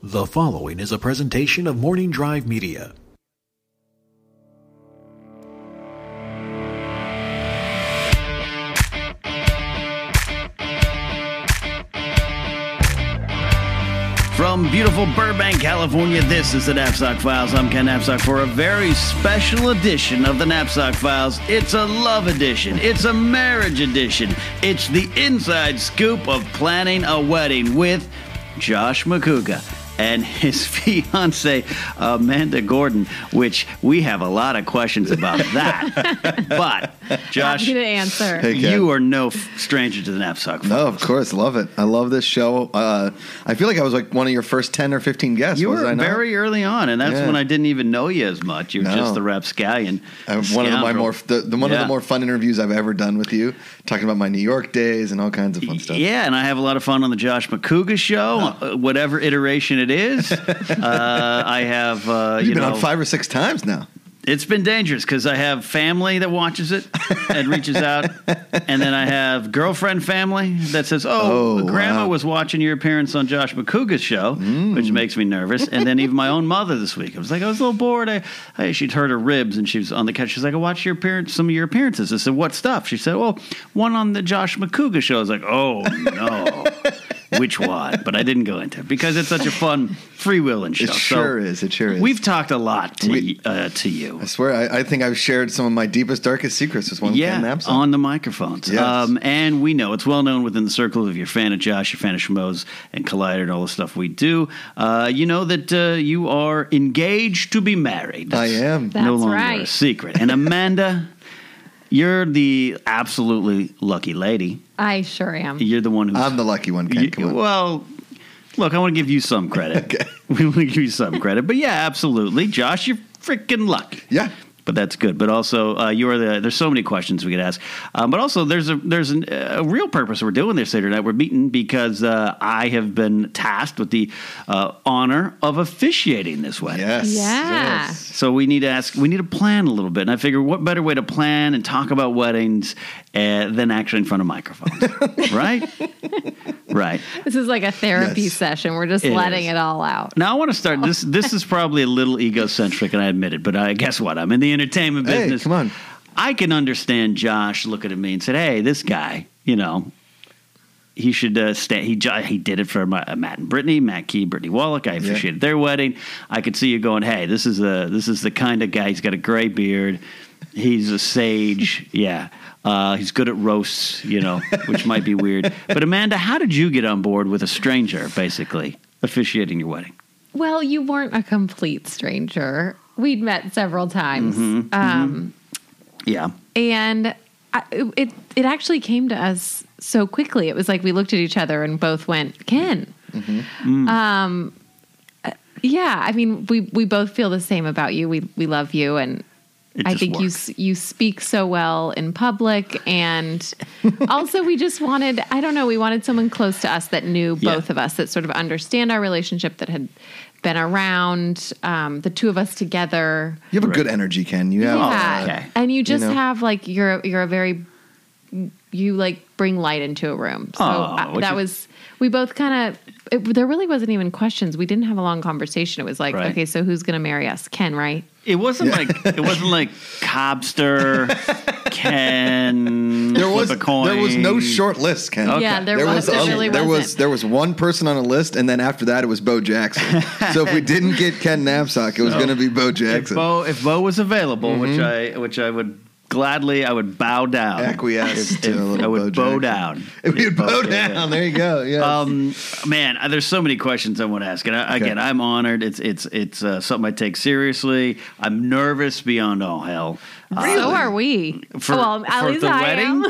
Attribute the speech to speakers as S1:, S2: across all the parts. S1: The following is a presentation of Morning Drive Media.
S2: From beautiful Burbank, California, this is the Knapsack Files. I'm Ken Knapsack for a very special edition of the Knapsack Files. It's a love edition, it's a marriage edition, it's the inside scoop of planning a wedding with Josh McCouga and his fiancee Amanda Gordon, which we have a lot of questions about that. but, Josh,
S3: Happy to answer.
S4: Hey, Ken.
S2: you are no f- stranger to the Knapsack Files.
S4: No, of course, love it. I love this show. Uh, I feel like I was like one of your first ten or fifteen guests.
S2: You
S4: was
S2: were
S4: I not?
S2: very early on, and that's
S4: Yeah.
S2: when I didn't even know you as much. You're
S4: No.
S2: just the rapscallion.
S4: Uh, one of my
S2: scoundrel.
S4: more the, the one of
S2: Yeah.
S4: the more fun interviews I've ever done with you, talking about my New York days and all kinds of fun stuff.
S2: Yeah, and I have a lot of fun on the Josh McCouga show, uh, whatever iteration it is. uh, I have, uh,
S4: You've
S2: you
S4: been
S2: know,
S4: on five or six times now.
S2: it's been dangerous because I have family that watches it and reaches out, and then I have girlfriend family that says, "Oh,
S4: Oh,
S2: Grandma
S4: wow. Mm.
S2: was watching your appearance on Josh McCouga's show," which makes me nervous. And then even my own mother this week, I was like, "I was a little bored. I, I she'd hurt her ribs, and she was on the couch. She's like, I watched your appearance, some of your appearances." I said, "What stuff?" She said, "Well, one on the Josh McCouga show." I was like, "Oh no." Which one? But I didn't go into it because it's such a fun freewheeling show.
S4: It sure is. It sure is.
S2: We've talked a lot to,
S4: We-
S2: y- uh, to you.
S4: I swear, I, I think I've shared some of my deepest, darkest secrets with one Ken
S2: Yeah,
S4: Napson.
S2: on the microphones.
S4: Yes.
S2: Um, and we know it's well known within the circle of your fan of Josh, your fan of Schmoes and Collider and all the stuff we do. Uh, you know that uh, you are engaged to be married.
S4: I am.
S2: no
S3: That's
S2: longer a
S3: right.
S2: secret. And Amanda, you're the absolutely lucky lady.
S3: I sure am.
S2: You're the one who's.
S4: I'm the lucky one, Ken.
S2: you-
S4: Come on.
S2: well, look, I want to give you some credit. We want to give you some credit. But yeah, absolutely. Josh, you're freaking lucky.
S4: yeah.
S2: but that's good. But also, uh, you are the. There's so many questions we could ask. Um, but also, there's a there's an, a real purpose we're doing this Saturday night. We're meeting because uh, I have been tasked with the uh, honor of officiating this wedding.
S4: Yes.
S3: Yeah.
S4: Yes.
S2: So we need to ask. We need to plan a little bit. And I figure, what better way to plan and talk about weddings uh, than actually in front of microphones, right? right.
S3: This is like a therapy
S4: Yes.
S3: session. We're just
S2: It
S3: letting
S2: is.
S3: it all out.
S2: Now I want to start this. This is probably a little egocentric, and I admit it. But I guess what I'm in the entertainment
S4: Hey,
S2: business.
S4: come on.
S2: I can understand Josh looking at me and said, "Hey, this guy, you know, he should uh, stand. He jo- he did it for my, uh, Matt and Brittany, Matt Key, Brittany Wallach. I officiated their wedding. I could see you going, "Hey, this is the this is the kind of guy. He's got a gray beard. He's a sage. yeah." Uh, he's good at roasts, you know, which might be weird. But Amanda, how did you get on board with a stranger, basically officiating your wedding?
S3: Well, you weren't a complete stranger. We'd met several times. Um,
S2: Yeah,
S3: And I, it, it actually came to us so quickly. It was like we looked at each other and both went, Ken. Um, uh, yeah. I mean, we, we both feel the same about you. We, we love you. And
S2: It
S3: I
S2: just
S3: think you
S2: works.
S3: s- you speak so well in public, and also we just wanted I don't know we wanted someone close to us that knew
S2: Yeah.
S3: both of us that sort of understand our relationship that had been around um, the two of us together.
S4: You have a
S2: Right.
S4: good energy, Ken. You have. uh,
S3: Yeah.
S2: Oh, okay.
S3: and you just
S4: know.
S3: have like you're you're a very you like bring light into a room. So
S2: Oh,
S3: I-
S2: what
S3: that
S2: you-
S3: was we both kind of there really wasn't even questions. We didn't have a long conversation. It was like
S2: Right.
S3: okay, so who's going to marry us? Ken, right?
S2: It wasn't like it wasn't like Cobster, Ken.
S4: There was
S2: flip a coin.
S4: there was no short list, Ken.
S2: Okay.
S3: Yeah, there was- there
S4: other-
S3: really
S4: there was
S3: wasn't.
S4: there was one person on a list, and then after that it was Bo Jackson. so if we didn't get Ken Knapsack, it was going to be Bo
S2: If
S4: Jackson.
S2: Bo, if Bo was available, which
S4: Mm-hmm.
S2: I which I would gladly, I would bow down.
S4: Acquiesced
S2: If-
S4: to
S2: if-
S4: a little
S2: I would
S4: Bo
S2: bow
S4: Jackson.
S2: down.
S4: If we
S2: Yeah,
S4: had Bo
S2: yeah, yeah.
S4: down, there you go. Yes.
S2: Um, man, uh, there's so many questions I want to ask, and I, again, I'm honored. It's it's it's uh, something I take seriously. I'm nervous beyond all hell. Uh,
S3: So are we.
S2: for,
S3: Oh, well, at
S2: for
S3: least
S2: the
S3: I
S2: wedding.
S3: am.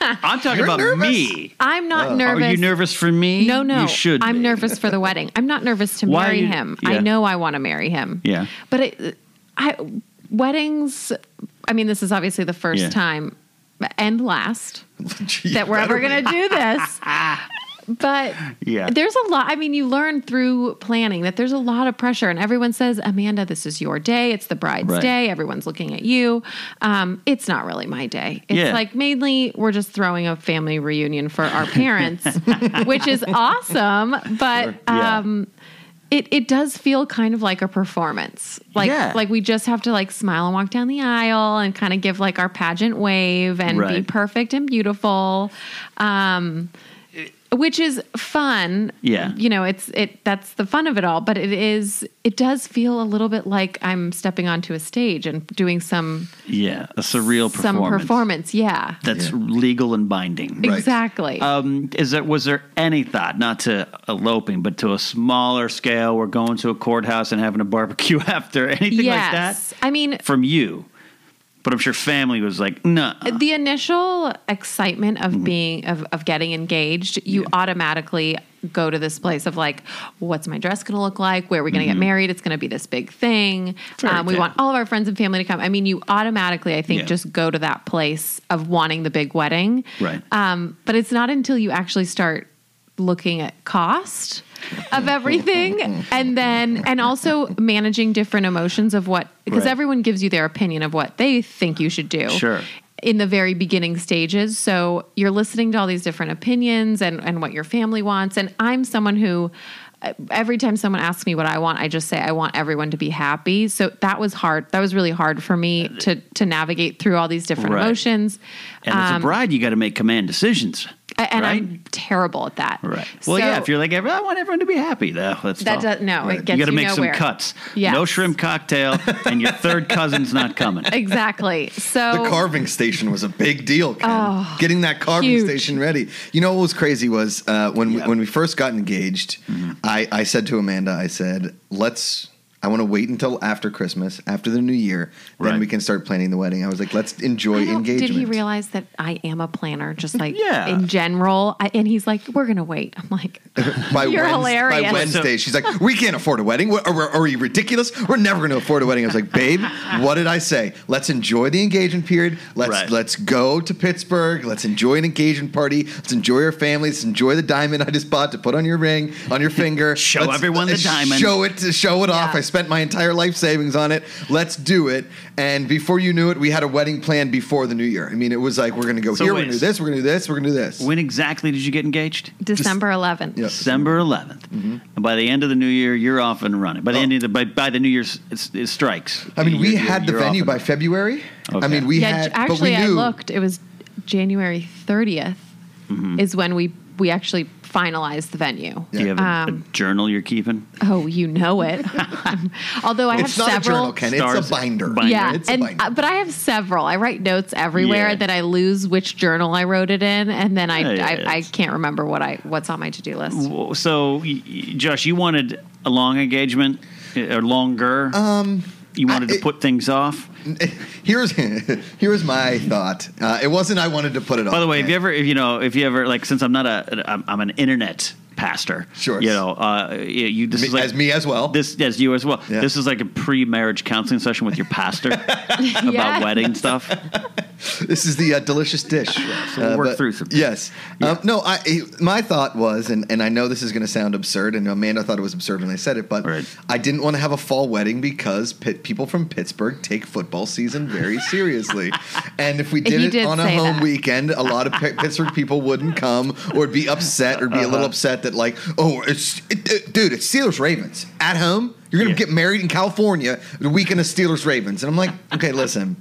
S2: I'm talking
S4: You're
S2: about
S4: nervous?
S2: me.
S3: I'm not nervous.
S2: Are Oh, you nervous for me?
S3: No, no.
S2: You should.
S3: I'm
S2: be.
S3: nervous for the wedding. I'm not nervous to
S2: Why are
S3: marry
S2: you-
S3: him.
S2: yeah.
S3: I know I want to marry him.
S2: Yeah.
S3: But it, I weddings. I mean, this is obviously the first
S2: Yeah.
S3: time and last
S4: Gee,
S3: that we're
S4: better
S3: ever
S4: be.
S3: going to do this. But
S2: Yeah.
S3: there's a lot. I mean, you learn through planning that there's a lot of pressure, and everyone says, "Amanda, this is your day. It's the bride's
S2: Right.
S3: day. Everyone's looking at you." Um, it's not really my day. It's
S2: Yeah.
S3: like mainly we're just throwing a family reunion for our parents, which is awesome. But
S2: Yeah.
S3: um, it it does feel kind of like a performance. Like
S2: Yeah.
S3: like we just have to like smile and walk down the aisle and kind of give like our pageant wave and be
S2: Right.
S3: perfect and beautiful. Um, which is fun.
S2: Yeah.
S3: You know, it's it that's the fun of it all, but it is it does feel a little bit like I'm stepping onto a stage and doing some
S2: Yeah, a surreal
S3: some
S2: performance.
S3: performance. Yeah.
S2: that's
S4: Yeah.
S2: legal and binding.
S4: Right.
S3: Exactly.
S2: Um, is there was there any thought not to eloping, but to a smaller scale? We're going to a courthouse and having a barbecue after anything like
S3: yes.
S2: that
S3: I mean,
S2: from you. But I'm sure family was like, no,
S3: the initial excitement of being of, of getting engaged you automatically go to this place of like what's my dress going to look like where are we going to get married it's going to be this big thing
S2: Fairy
S3: um, we
S2: tale.
S3: want all of our friends and family to come i mean you automatically i think
S2: Yeah.
S3: just go to that place of wanting the big wedding
S2: Right.
S3: um, but it's not until you actually start looking at cost of everything and then and also managing different emotions of what because
S2: Right.
S3: everyone gives you their opinion of what they think you should do
S2: Sure.
S3: in the very beginning stages. So you're listening to all these different opinions and, and what your family wants. And I'm someone who, uh, every time someone asks me what I want, I just say, I want everyone to be happy. So that was hard. That was really hard for me to, to navigate through all these different
S2: Uh, Right.
S3: emotions.
S2: and as
S3: um,
S2: a bride, you got to make command decisions.
S3: A- And
S2: right?
S3: I'm terrible at that.
S2: Right. Well, yeah. If you're like, I want everyone to be happy, though, that's
S3: that
S2: all.
S3: does, no, it gets
S2: you
S3: you
S2: got to make
S3: nowhere.
S2: some cuts.
S3: Yes.
S2: No shrimp cocktail, and your third cousin's not coming.
S3: Exactly. So Oh,
S4: The carving station was a big deal. Ken. Getting that carving
S3: huge.
S4: station ready. You know what was crazy was uh, when
S2: Yeah. Mm-hmm.
S4: we, when we first got engaged. I, I said to Amanda, I said, "Let's. I want to wait until after Christmas, after the New Year,
S2: Right.
S4: then we can start planning the wedding." I was like, "Let's enjoy
S3: I don't-
S4: engagement."
S3: Did he realize that I am a planner, just like
S2: Yeah.
S3: in general? I, and he's like, "We're gonna wait." I'm like,
S4: by
S3: You're
S4: Wednes-
S3: hilarious.
S4: By Wednesday, she's like, "We can't afford a wedding. What, are, are you ridiculous? We're never going to afford a wedding." I was like, "Babe, what did I say? Let's enjoy the engagement period. Let's
S2: Right.
S4: let's go to Pittsburgh. Let's enjoy an engagement party. Let's enjoy our family. Let's enjoy the diamond I just bought to put on your ring, on your finger.
S2: Show
S4: Let's-
S2: everyone the
S4: let's
S2: diamond."
S4: Show it to show it off.
S3: Yeah.
S4: I spent my entire life savings on it. Let's do it." And before you knew it, we had a wedding planned before the new year. I mean, it was like we're going to go
S2: So
S4: here. We're
S2: wait.
S4: going to do this. We're going to do this. We're going to do this.
S2: When exactly did you get engaged?
S3: December 11th.
S4: Yeah.
S2: December 11th. And by the end of the new year, you're off and running. By the
S4: Mm-hmm. Oh.
S2: end of the by, by the new year's it's, it strikes.
S4: I mean, we
S2: You're-
S4: had the
S2: you're off
S4: venue
S2: and
S4: by
S2: running.
S4: February.
S2: Okay.
S4: I mean, we
S3: yeah,
S4: had,
S3: j- actually,
S4: but we knew.
S3: I looked. It was January 30th is when we we actually finalized the venue.
S2: Mm-hmm. Do you have a, a
S3: Um,
S2: journal you're keeping?
S3: Oh, you know it. Although I
S4: It's
S3: have
S4: not
S3: several.
S4: a journal, Ken.
S2: Stars-
S4: It's a binder.
S2: binder.
S3: Yeah,
S4: it's a
S3: and
S4: binder.
S3: uh, but I have several. I write notes everywhere
S2: Yeah.
S3: that I lose which journal I wrote it in, and then I
S2: Yeah, yeah,
S3: I, I
S2: it's-
S3: can't remember what I what's on my to do list.
S2: Well, So, y- y- Josh, you wanted a long engagement uh, or longer? Um, you wanted
S4: I-
S2: to put things off.
S4: here's here's my thought. Uh, it wasn't I wanted to put it on.
S2: By the way, if you ever, if you know, if you ever like, since I'm not a, I'm, I'm an internet pastor.
S4: Sure.
S2: You know, uh, you, you this
S4: Me-
S2: is like,
S4: as me as well.
S2: This yes, you as well.
S4: Yeah.
S2: This is like a pre-marriage counseling session with your pastor about
S3: Yes.
S2: wedding stuff.
S4: this is the uh, delicious dish.
S2: so we'll
S4: Uh,
S2: work
S4: but-
S2: through some-
S4: Yes. Um, no, I it- my thought was, and, and I know this is going to sound absurd, and Amanda thought it was absurd when I said it, but
S2: Right.
S4: I didn't want to have a fall wedding because pit, people from Pittsburgh take football season very seriously, and if we did
S3: He
S4: it
S3: did
S4: on a
S3: say
S4: home
S3: that.
S4: weekend, a lot of Pi- Pittsburgh people wouldn't come or be upset or be a
S2: Uh-huh.
S4: little upset that like, oh, it's it, it- dude, it's Steelers Ravens at home. You're gonna
S2: Yeah.
S4: get married in California the weekend of Steelers Ravens, and I'm like, okay, listen.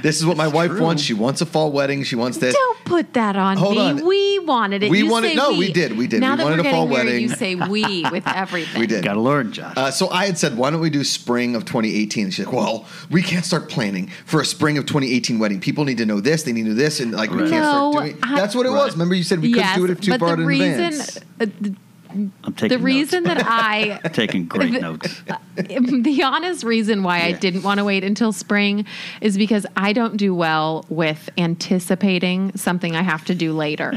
S4: This is what my wife
S2: true.
S4: wants. She wants a fall wedding. She wants this.
S3: Don't put that on
S4: Hold
S3: me.
S4: on.
S3: We wanted it.
S4: We
S3: You
S4: wanted-
S3: say
S4: no, we did, we did.
S3: Now
S4: We
S3: that
S4: wanted
S3: we're
S4: a fall
S3: getting married, You
S4: wedding.
S3: say we with everything.
S4: We did.
S2: Got to learn, Josh.
S4: Uh, so I had said, why don't we do spring of 2018? And she's like, well, we can't start planning for a spring of 2018 wedding. People need to know this. They need to know this. And like, we
S2: Right.
S4: can't
S3: No,
S4: start doing
S3: I-
S4: That's what it was.
S2: Right.
S4: Remember you said we couldn't do it too
S3: but
S4: far
S3: the
S4: in
S3: reason
S4: advance.
S3: uh, th-
S2: I'm taking
S3: the
S2: notes.
S3: reason Oh, that I
S2: taking great notes.
S3: the honest reason why I
S4: Yeah.
S3: didn't want to wait until spring is because I don't do well with anticipating something I have to do later.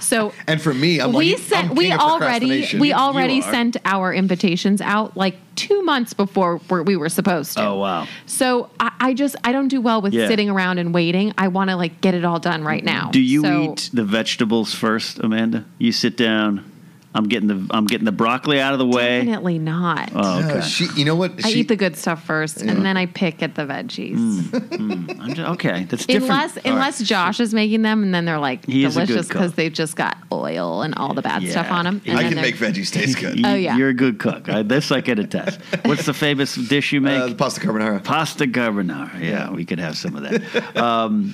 S3: So
S4: And for me, I'm
S3: we
S4: like,
S3: sent
S4: I'm
S3: we
S4: king of
S3: already
S4: procrastination.
S3: we
S4: You
S3: already
S4: are.
S3: sent our invitations out like two months before we we were supposed to.
S2: Oh, wow.
S3: So I, I just I don't do well with
S2: Yeah.
S3: sitting around and waiting. I want to like get it all done right now.
S2: Do you
S3: So-
S2: eat the vegetables first, Amanda? You sit down. I'm getting the I'm getting the broccoli out of the way.
S3: Definitely not.
S2: Oh,
S4: Uh,
S2: okay.
S4: she, you know what?
S3: I
S4: she,
S3: eat the good stuff first, and then I pick at the veggies.
S2: I'm just, okay, that's Mm. different.
S3: Unless unless Josh is making them, and then they're like
S2: He is a good
S3: delicious because
S2: cook.
S3: they've just got oil and all the bad
S2: Yeah.
S3: stuff on them. And
S4: I
S3: then
S4: can
S3: they're-
S4: make veggies taste good.
S2: You-
S3: Oh, yeah.
S2: you're a good cook. I, this I can attest. What's the famous dish you make?
S4: Uh, the pasta carbonara.
S2: Pasta carbonara. Yeah, we could have some of that. um,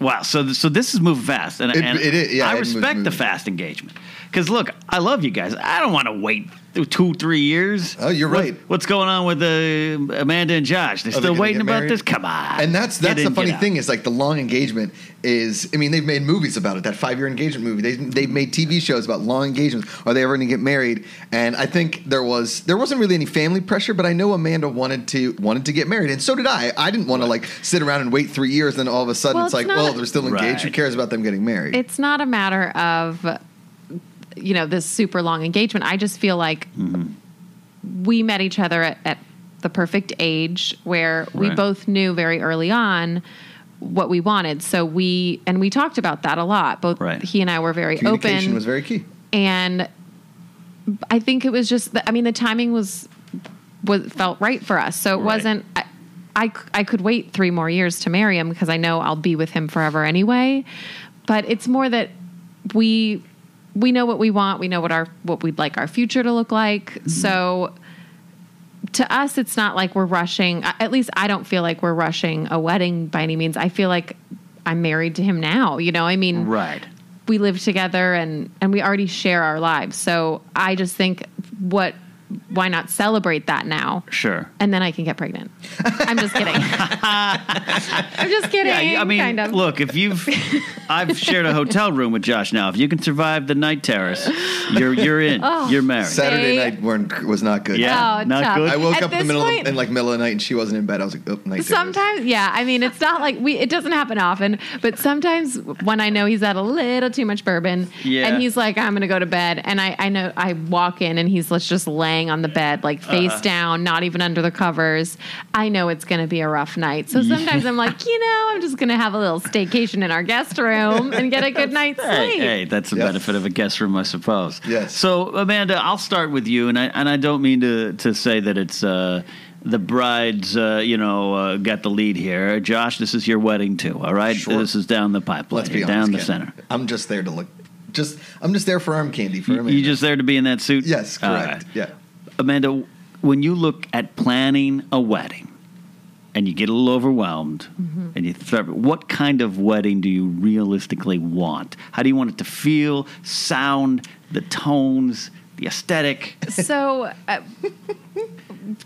S2: wow. So th- so this is moving fast, and,
S4: It-
S2: and
S4: it is- yeah,
S2: I
S4: it moves-
S2: respect the
S4: moves.
S2: fast engagement because look, I love you guys. I don't want to wait th- two three years.
S4: Oh, you're
S2: What-
S4: right.
S2: What's going on with uh, Amanda and Josh? They're
S4: they
S2: still
S4: gonna
S2: waiting
S4: get
S2: about
S4: married?
S2: this. Come on.
S4: And that's that's
S2: Get in,
S4: the funny
S2: get out.
S4: thing is like the long engagement is. I mean, they've made movies about it. That five year engagement movie. They they've made TV shows about long engagements. Are they ever going to get married? And I think there was there wasn't really any family pressure, but I know Amanda wanted to wanted to get married, and so did I. I didn't want to like sit around and wait three years, and then all of a sudden
S3: Well,
S4: it's,
S3: it's
S4: like,
S3: not-
S4: well, they're still engaged. Who
S2: Right.
S4: cares about them getting married?
S3: It's not a matter of you know this super long engagement. I just feel like
S4: Mm-hmm.
S3: we met each other at, at the perfect age where we
S2: Right.
S3: both knew very early on what we wanted. So we and we talked about that a lot. Both
S2: Right.
S3: he and I were very
S4: Communication
S3: open.
S4: was very key.
S3: and I think it was just the, I mean the timing was was felt right for us. So it
S2: Right.
S3: wasn't I, I c- I could wait 3 more years to marry him because I know I'll be with him forever anyway. But it's more that we we know what we want, we know what our what we'd like our future to look like.
S2: Mm-hmm.
S3: So to us it's not like we're rushing I- at least i don't feel like we're rushing a wedding by any means i feel like i'm married to him now you know i mean
S2: Right.
S3: we live together and and we already share our lives so i just think what why not celebrate that now
S2: Sure.
S3: and then i can get pregnant i'm just kidding i'm just kidding
S2: Yeah, you- I mean,
S3: kind of
S2: look, if you've, I've shared a hotel room with Josh now. If you can survive the night terrace, you're you're in.
S3: Oh,
S2: you're married.
S4: Saturday
S3: They-
S4: night weren't, was not good.
S2: Yeah.
S3: Oh,
S2: not
S3: tough.
S2: good.
S4: I woke
S3: At
S4: up in the
S3: this
S4: middle
S3: point-
S4: of, in like middle of the night and she wasn't in bed. I was like, oh, night. terrors.
S3: Sometimes, yeah. I mean, it's not like we. It doesn't happen often, but sometimes when I know he's had a little too much bourbon,
S2: Yeah.
S3: and he's like, "I'm gonna go to bed," and I, I know I walk in and he's let's just laying on the bed, like
S2: Uh-huh.
S3: face down, not even under the covers. I know it's gonna be a rough night, so sometimes I'm like, you know, I'm just gonna have a little staycation in our guest room and get a good night's
S2: Hey,
S3: sleep.
S2: hey, that's the
S4: Yes.
S2: benefit of a guest room, I suppose.
S4: Yes.
S2: So, Amanda, I'll start with you, and I and I don't mean to to say that it's uh, the bride's, uh, you know, uh, got the lead here. Josh, this is your wedding too. All right,
S4: Sure.
S2: this is down the pipeline,
S4: Let's be
S2: here,
S4: honest.
S2: down the
S4: Ken.
S2: center.
S4: I'm just there to look. Just I'm just there for arm candy for a minute.
S2: You just there to be in that suit?
S4: yes,
S2: All right.
S4: correct. Yeah.
S2: Amanda, when you look at planning a wedding and you get a little overwhelmed
S3: Mm-hmm.
S2: and you throw, what kind of wedding do you realistically want? How do you want it to feel, sound, the tones, the aesthetic?
S3: so uh,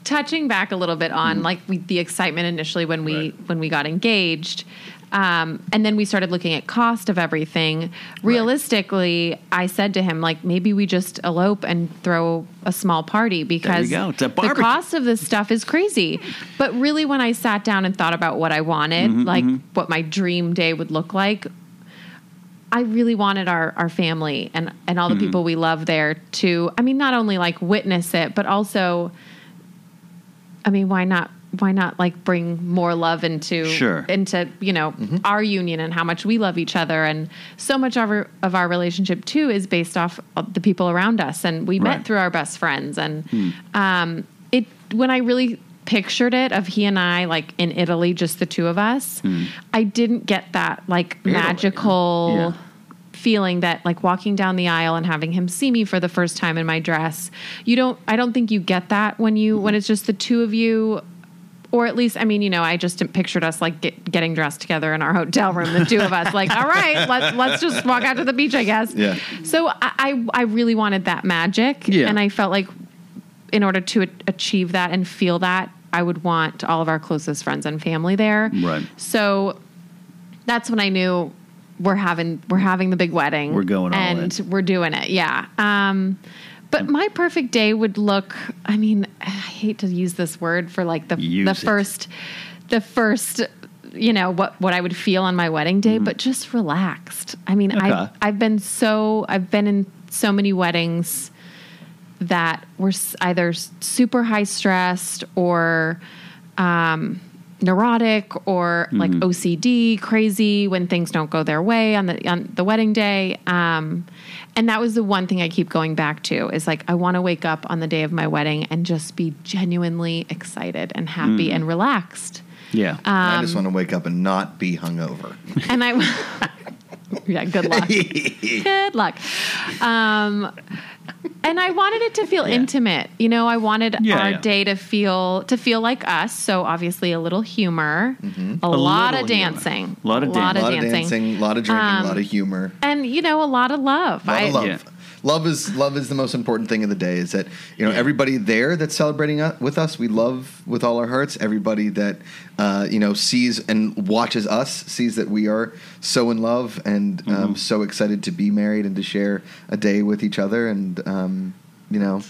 S3: touching back a little bit on
S2: Mm-hmm.
S3: like we, the excitement initially when we when we got engaged um, and then we started looking at cost of everything realistically i said to him like maybe we just elope and throw a small party because
S2: go. It's a
S3: the
S2: barbecue.
S3: cost of this stuff is crazy but really when i sat down and thought about what i wanted
S2: Mm-hmm,
S3: like what my dream day would look like I really wanted our our family and and all the
S2: Mm-hmm.
S3: people we love there to I mean not only like witness it but also I mean why not why not like bring more love into
S2: Sure. Mm-hmm.
S3: into you know our union and how much we love each other and so much of our, of our relationship too is based off of the people around us and we
S2: Right. Hmm.
S3: met through our best friends and um it when I really pictured it of he and I like in Italy just the two of us
S2: Hmm.
S3: I didn't get that like
S4: Italy.
S3: magical
S2: Yeah.
S3: feeling that like walking down the aisle and having him see me for the first time in my dress you don't i don't think you get that when you when it's just the two of you or at least i mean you know i just pictured us like get, getting dressed together in our hotel room the two of us like all right let's let's just walk out to the beach i guess
S4: Yeah.
S3: so i i, I really wanted that magic
S2: Yeah.
S3: and i felt like in order to a- achieve that and feel that i would want all of our closest friends and family there
S2: Right.
S3: so that's when I knew we're having we're having the big wedding.
S2: We're going all
S3: and
S2: in.
S3: we're doing it. Yeah. Um, But my perfect day would look. I mean, I hate to use this word for like the
S2: Use
S3: the
S2: it.
S3: first, the first. You know what what I would feel on my wedding day, but just relaxed. I mean,
S2: Okay.
S3: I I've been so I've been in so many weddings that were s- either s- super high stressed or um, neurotic or like OCD, crazy when things don't go their way on the on the wedding day. Um, and that was the one thing I keep going back to is like I want to wake up on the day of my wedding and just be genuinely excited and happy and relaxed.
S2: Yeah.
S3: Uh,
S4: I just want to wake up and not be hungover.
S3: And I, yeah, good luck. good luck. Um, and I wanted it to feel intimate. You know, I wanted
S2: Yeah,
S3: our
S2: yeah.
S3: day to feel to feel like us. So obviously, a little humor, a, lot
S2: Mm-hmm. little
S3: of
S2: humor.
S3: dancing,
S2: Lot of
S4: a
S2: dancing.
S4: lot of dancing, a lot of drinking, a lot of humor.
S3: and you know, a lot of love.
S4: lot
S3: I,
S4: of love.
S2: Yeah.
S4: Love is love is the most important thing of the day. Is that you know everybody there that's celebrating u- with us, we love with all our hearts. Everybody that uh, you know sees and watches us sees that we are so in love and
S2: Mm-hmm.
S4: um, so excited to be married and to share a day with each other and um, you know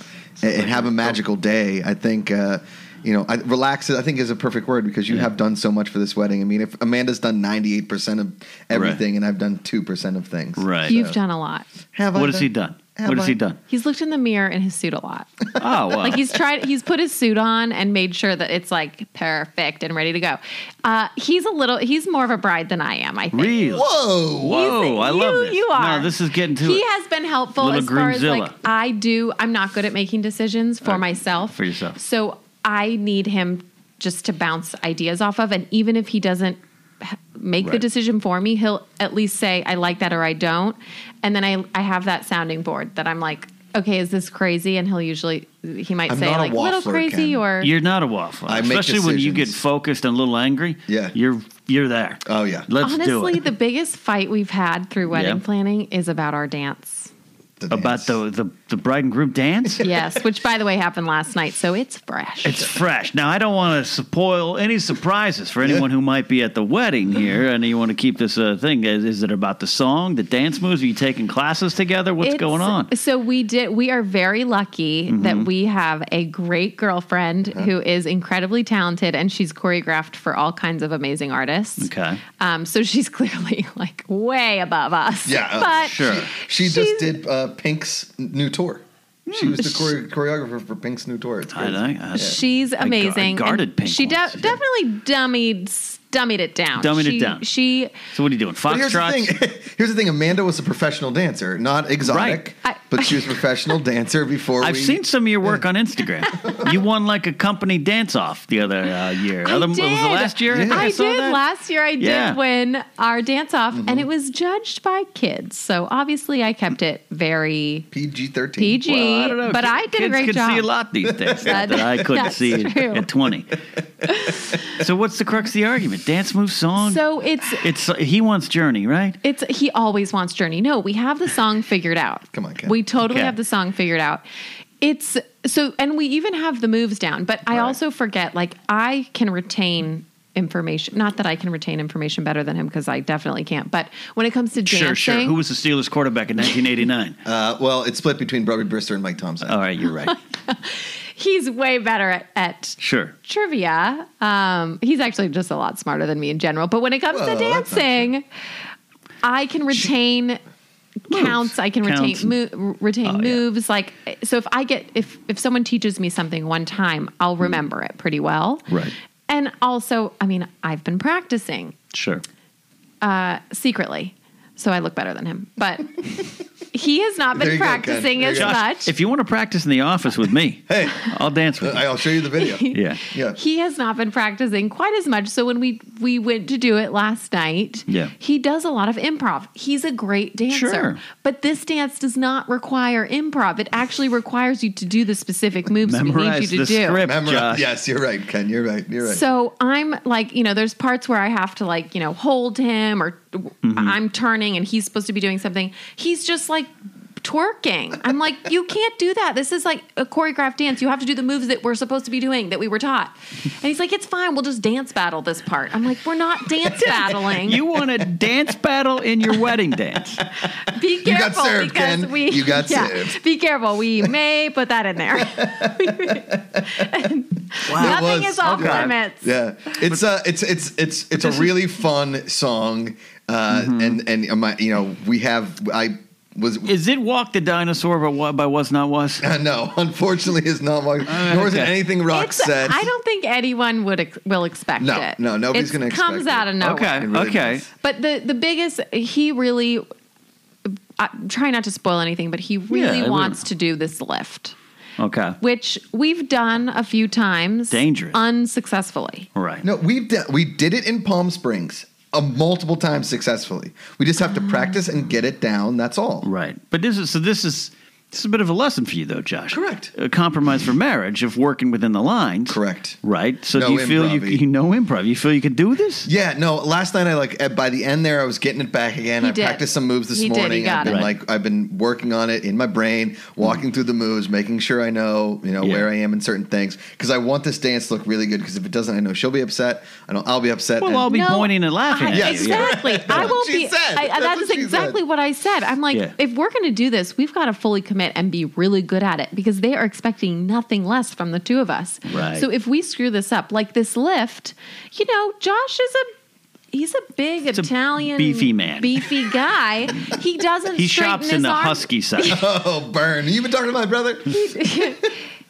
S4: and, and have a magical day. I think. Uh, you know, I, relax. I think is a perfect word because you have done so much for this wedding. I mean, if Amanda's done ninety eight percent of everything, and I've done two percent of things,
S2: Right.
S3: You've done a lot.
S4: Have I
S2: What has he done?
S4: have
S2: What has he
S4: I-
S2: done?
S3: He's looked in the mirror in his suit a lot.
S2: Oh, well.
S3: Like he's tried, he's put his suit on and made sure that it's like perfect and ready to go. Uh, he's a little, he's more of a bride than I am. I think.
S2: Really?
S4: Whoa!
S2: Whoa!
S3: He's-
S2: I love
S3: you-
S2: this.
S3: You are.
S2: No, this is getting to
S3: He
S2: it.
S3: has been helpful
S2: Little
S3: as far as like
S2: groomzilla.
S3: I do. I'm not good at making decisions for
S2: Okay.
S3: myself.
S2: For yourself.
S3: So I need him just to bounce ideas off of, and even if he doesn't h- make the
S2: Right.
S3: decision for me, he'll at least say I like that or I don't, and then I I have that sounding board that I'm like. Okay, is this crazy? And he'll usually he might
S4: I'm
S3: say
S4: not a
S3: like little
S4: waffler,
S3: crazy
S4: Ken.
S3: or
S2: You're not a waffle,
S4: I make
S2: especially when you get
S4: decisions.
S2: focused and a little angry.
S4: Yeah.
S2: you're you're there.
S4: Oh, yeah.
S2: let's do
S3: honestly
S2: it.
S3: the biggest fight we've had through wedding
S2: Yeah.
S3: planning is about our dance.
S4: The
S2: About
S4: dance.
S2: the, the the bride and groom dance.
S3: yes, which by the way happened last night, so it's fresh.
S2: It's fresh. Now, I don't want to spoil any surprises for anyone who might be at the wedding here, and you want to keep this uh, thing. Is, is it about the song, the dance moves? Are you taking classes together? What's
S3: It's-
S2: going on? Mm-hmm.
S3: So we did. We are very lucky that we have a great girlfriend who is incredibly talented, and she's choreographed for all kinds of amazing artists.
S2: Okay.
S3: Um, so she's clearly like way above us.
S4: Yeah, oh,
S3: but
S2: uh, Sure.
S4: she
S3: she's-
S4: just did uh, Pink's new tour. She was the chore- choreographer for Pink's new tour. It's
S2: Hmm. I
S4: crazy.
S2: know. I-
S3: She's
S2: gu- I
S3: amazing. and
S2: guarded Pink
S3: She de-
S2: once, yeah.
S3: definitely dummied dummied it down.
S2: Dummied it
S3: She-
S2: down.
S3: She
S2: So what are you doing?
S4: But here's the
S2: Foxtrots?
S4: thing. here's the thing. Amanda was a professional dancer, not exotic,
S3: Right. I-
S4: but she was a professional dancer before.
S2: I've
S4: we,
S2: seen some of your work on Instagram. you won like a company dance off the other uh, year.
S3: I
S2: other,
S3: did.
S2: Was it last year? think
S3: I, did
S2: saw that?
S3: last year. I
S2: Yeah. Mm-hmm.
S3: did win our dance off, and it was judged by kids. So obviously, I kept it very
S4: PG thirteen.
S3: PG.
S2: Well, I don't know.
S3: but
S2: Ki-
S3: I did
S2: Kids
S3: a great
S2: can
S3: job.
S2: see a lot these days
S3: That-
S2: that I couldn't
S3: Uh, that's
S2: see at-
S3: true.
S2: at 20. so what's the crux of the argument? Dance move song?
S3: So it's
S2: it's he wants Journey, right?
S3: it's he always wants Journey. No, we have the song figured out.
S4: Come on, Ken.
S3: we totally
S2: Okay.
S3: have the song figured out. It's so, and we even have the moves down. But I also forget. Like I can retain information. Not that I can retain information better than him because I definitely can't. But when it comes to dancing,
S2: Sure, sure. Who was the Steelers quarterback in 1989?
S4: Uh, well, it's split between Bobby Brister and Mike Thompson.
S2: All right, you're right.
S3: he's way better at, at
S2: Sure.
S3: trivia. Um, he's actually just a lot smarter than me in general. But when it comes
S4: Well,
S3: to
S4: that's not
S3: dancing, I can retain counts. I can
S2: Counts
S3: retain mo-
S2: and-
S3: retain
S2: yeah.
S3: moves. Like so, if I get if if someone teaches me something one time,
S4: Hmm.
S3: I'll remember it pretty well.
S2: Right.
S3: And also, I mean, I've been practicing
S2: Sure.
S3: secretly, so I look better than him. But he has not
S4: There
S3: been
S4: you go, Ken.
S3: practicing
S4: There
S3: as
S4: you go.
S3: much.
S2: If you want to practice in the office with me,
S4: Hey. Uh,
S2: I'll dance with you.
S4: I'll show you the video.
S2: Yeah.
S4: Yeah.
S3: He has not been practicing quite as much. So when we we went to do it last night,
S2: Yeah.
S3: he does a lot of improv. He's a great dancer.
S2: Sure.
S3: But this dance does not require improv. It actually requires you to do the specific moves we
S2: Memorize
S3: need you
S2: the
S3: to do.
S2: script,
S4: Memorize-
S2: Josh.
S4: Yes, you're right, Ken. You're right. You're right.
S3: So I'm like, you know, there's parts where I have to like, you
S4: Mm-hmm.
S3: know, hold him or I'm turning and he's supposed to be doing something. He's just like twerking. I'm like, you can't do that. This is like a choreographed dance. You have to do the moves that we're supposed to be doing that we were taught. And he's like, it's fine. We'll just dance battle this part. I'm like, we're not dance battling.
S2: You want a dance battle in your wedding dance.
S3: be
S4: got
S3: careful
S4: served,
S3: because
S4: Ken.
S3: we
S4: You got
S3: yeah,
S4: served.
S3: Be careful. We may put that in there.
S4: It
S3: Nothing
S4: was.
S3: is off
S4: Okay.
S3: limits.
S4: Yeah, it's a it's it's it's it's a really fun song, uh,
S2: Mm-hmm.
S4: and and um, I- you know we have I was
S2: Is it Walk the Dinosaur by, Wa- by Was Not Was?
S4: no unfortunately it's not my nor is it
S2: Uh, okay.
S4: anything rock
S3: It's-
S4: set.
S3: I don't think anyone would ex- will expect
S4: No,
S3: it.
S4: no, nobody's
S3: It
S4: gonna expect
S3: comes
S4: it.
S3: out of nowhere.
S2: Okay,
S4: It really
S2: okay.
S4: does.
S3: But the the biggest he really I try not to spoil anything, but he really
S2: I wouldn't.
S3: wants to do this lift,
S2: Okay.
S3: which we've done a few times,
S2: Dangerous.
S3: unsuccessfully.
S2: All right.
S4: No, we de- we did it in Palm Springs uh, multiple times successfully. We just have to practice and get it down. That's all.
S2: Right. But this is so this is this is a bit of a lesson for you though, Josh.
S4: Correct.
S2: A compromise for marriage of working within the lines.
S4: Correct.
S2: Right. So
S4: No
S2: do you feel you,
S4: improv-y.
S2: you know improv? You feel you could do this?
S4: Yeah, no. Last night I like at- by the end there I was getting it back again.
S3: He
S4: I
S3: did.
S4: practiced some moves this
S3: He did, he
S4: morning. I've
S3: got
S4: been
S3: it.
S4: like I've been working on it in my brain, walking through the moves, making sure I know you know
S2: Yeah.
S4: where I am in certain things because I want this dance to look really good. Because if it doesn't, I know she'll be upset. I know I'll be upset.
S2: Well,
S4: and-
S2: I'll be pointing and laughing
S3: I-
S2: at you. Yeah.
S3: Exactly. I
S4: what
S3: will
S4: she
S3: be.
S4: said.
S3: I,
S4: That's
S3: that
S4: what
S3: is
S4: she
S3: exactly
S4: said.
S3: what I said. I'm like,
S2: Yeah.
S3: if we're going to do this, we've got to fully commit and be really good at it because they are expecting nothing less from the two of us.
S2: Right.
S3: So if we screw this up, like this lift, you know, Josh is a. He's a big
S2: a
S3: Italian
S2: beefy man.
S3: beefy guy. He doesn't.
S2: He
S3: straighten
S2: shops
S3: his
S2: in the
S3: arms.
S2: husky side.
S4: oh burn! You've been talking to my brother.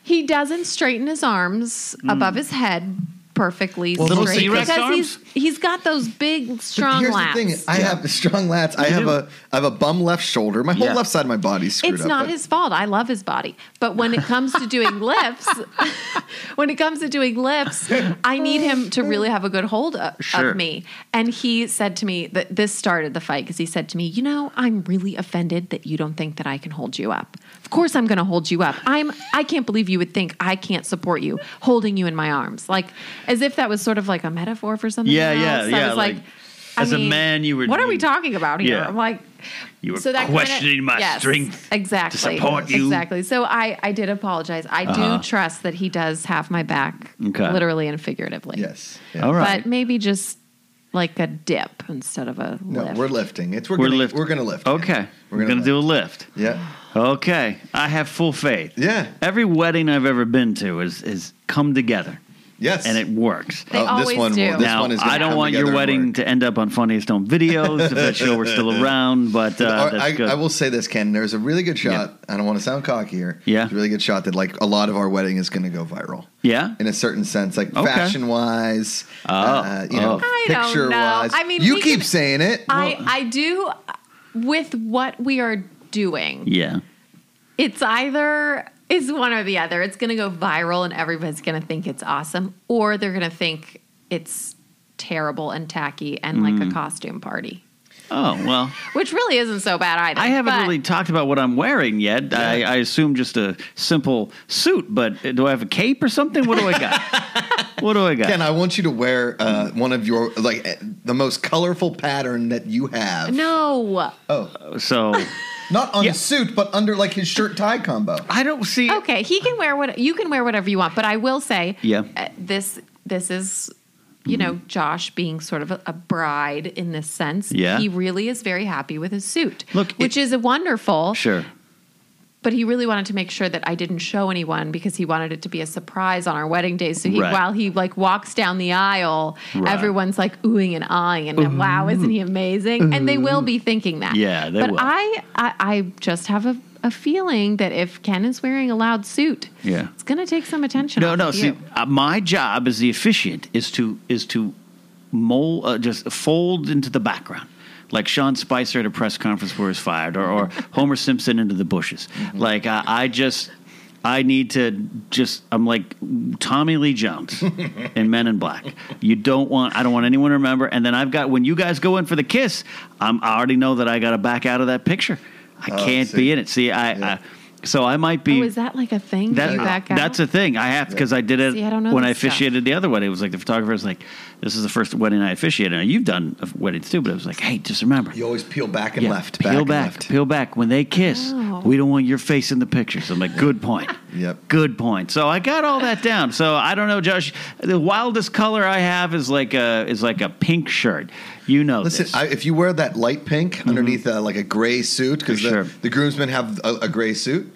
S3: He doesn't straighten his arms above his head perfectly
S2: little
S3: straight
S2: Mm. T-Rex
S3: because he's
S2: arms?
S3: he's got those big strong
S4: Here's
S3: lats.
S4: the thing: I have strong lats. I have
S2: do.
S4: a I have a bum left shoulder. My whole
S2: Yeah.
S4: left side of my body's screwed
S3: it's
S4: up.
S3: not
S4: but-
S3: his fault. I love his body. But when it comes to doing lifts, when it comes to doing lifts, I need him to really have a good hold of,
S2: Sure.
S3: of me. And he said to me that this started the fight because he said to me, You know, I'm really offended that you don't think that I can hold you up. Of course I'm gonna hold you up. I'm I can't believe you would think I can't support you holding you in my arms. Like as if that was sort of like a metaphor for something.
S2: Yeah, yeah,
S3: else.
S2: yeah,
S3: I was like,
S2: like,
S3: I
S2: as a
S3: mean,
S2: man, you were-
S3: What are
S2: you-
S3: we talking about here?
S2: Yeah.
S3: I'm like
S2: You were
S3: so that
S2: questioning
S3: kinda,
S2: my
S3: yes,
S2: strength
S3: Exactly.
S2: support you.
S3: Exactly. So I, I did apologize. I
S2: Uh-huh.
S3: do trust that he does have my back,
S2: Okay.
S3: literally and figuratively.
S4: Yes. Yeah.
S2: All right.
S3: But maybe just like a dip instead of a
S4: No,
S3: lift.
S4: we're lifting. It's we're,
S2: We're
S4: gonna,
S2: lifting.
S4: We're gonna lift.
S2: Okay. We're gonna, do a lift.
S4: Yeah.
S2: Okay. I have full faith.
S4: Yeah.
S2: Every wedding I've ever been to is is come together
S4: Yes.
S2: and it works.
S3: They
S4: Oh, this
S3: always
S4: one
S3: do.
S4: will. This
S3: Now,
S4: one is. gonna
S2: I don't
S4: come
S2: want your
S4: together and
S2: wedding
S4: work.
S2: to end up on Funniest Home Videos if that show were still around, but uh,
S4: All right,
S2: that's
S4: I,
S2: good.
S4: I will say this, Ken. There's a really good shot. I don't want to sound cocky here.
S2: Yeah.
S4: There's a really good shot that like a lot of our wedding is going to go viral.
S2: Yeah?
S4: In a certain sense, like
S2: Okay.
S4: fashion wise,
S2: Oh,
S4: uh, you know,
S2: oh.
S3: I don't know.
S4: picture wise.
S3: I mean,
S4: you
S3: we
S4: keep
S3: can-
S4: saying it.
S3: I, I do uh, with what we are doing.
S2: yeah.
S3: It's either it's one or the other. It's going to go viral and everybody's going to think it's awesome, or they're going to think it's terrible and tacky and like a
S2: Mm.
S3: costume party.
S2: Oh, well.
S3: which really isn't so bad either.
S2: I haven't
S3: but
S2: really talked about what I'm wearing yet. I, I assume just a simple suit, but do I have a cape or something? What do I got? what do I got?
S4: Ken, I want you to wear uh, one of your like eh, the most colorful pattern that you have.
S3: No.
S2: Oh. so
S4: Not on
S2: Yeah.
S4: a suit, but under like his shirt tie combo.
S2: I don't see.
S3: Okay, he can wear what you can wear whatever you want, but I will say,
S2: Yeah. Mm-hmm.
S3: uh, this this is. You know, Josh being sort of a, a bride in this sense,
S2: Yeah.
S3: he really is very happy with his suit,
S2: Look,
S3: which
S2: it-
S3: is a wonderful.
S2: Sure.
S3: but he really wanted to make sure that I didn't show anyone because he wanted it to be a surprise on our wedding day. So he,
S2: Right.
S3: while he like walks down the aisle,
S2: Right.
S3: everyone's like oohing and eyeing and wow, isn't he amazing? And they will be thinking that.
S2: Yeah, they
S3: but
S2: will.
S3: I, I, I just have a, a feeling that if Ken is wearing a loud suit,
S2: Yeah.
S3: it's going to take some attention.
S2: No,
S3: off
S2: no.
S3: of
S2: See,
S3: you.
S2: uh, my job as the officiant is to is to mold, uh, just fold into the background, like Sean Spicer at a press conference where he's fired, or, or Homer Simpson into the bushes.
S3: Mm-hmm.
S2: Like I I just. I need to just. I'm like Tommy Lee Jones in Men in Black. You don't want. I don't want anyone to remember. And then I've got when you guys go in for the kiss. I'm, I already know that I got to back out of that picture. I
S4: Oh,
S2: can't
S4: see.
S2: be in it. See, I,
S4: Yeah.
S2: I So I might be.
S3: oh, is that like a thing?
S2: That-
S3: you back out?
S2: That's a thing. I have because I did it
S3: See, I don't know
S2: when I
S3: this stuff.
S2: officiated the other wedding. It was like the photographer was like, "This is the first wedding I officiated." Now you've done a wedding too, but it was like, "Hey, just remember,
S4: You always peel back and
S2: yeah,
S4: left.
S2: peel
S4: and
S2: back,
S4: left.
S2: peel back." When they kiss,
S3: Oh.
S2: we don't want your face in the picture. So I'm like, "Good point."
S4: Yep.
S2: Good point. So I got all that down. So I don't know, Josh. The wildest color I have is like a is like a pink shirt. You know
S4: Listen,
S2: this.
S4: I, if you wear that light pink underneath uh, like a gray suit, because
S2: For
S4: the,
S2: Mm-hmm. sure.
S4: the groomsmen have a, a gray suit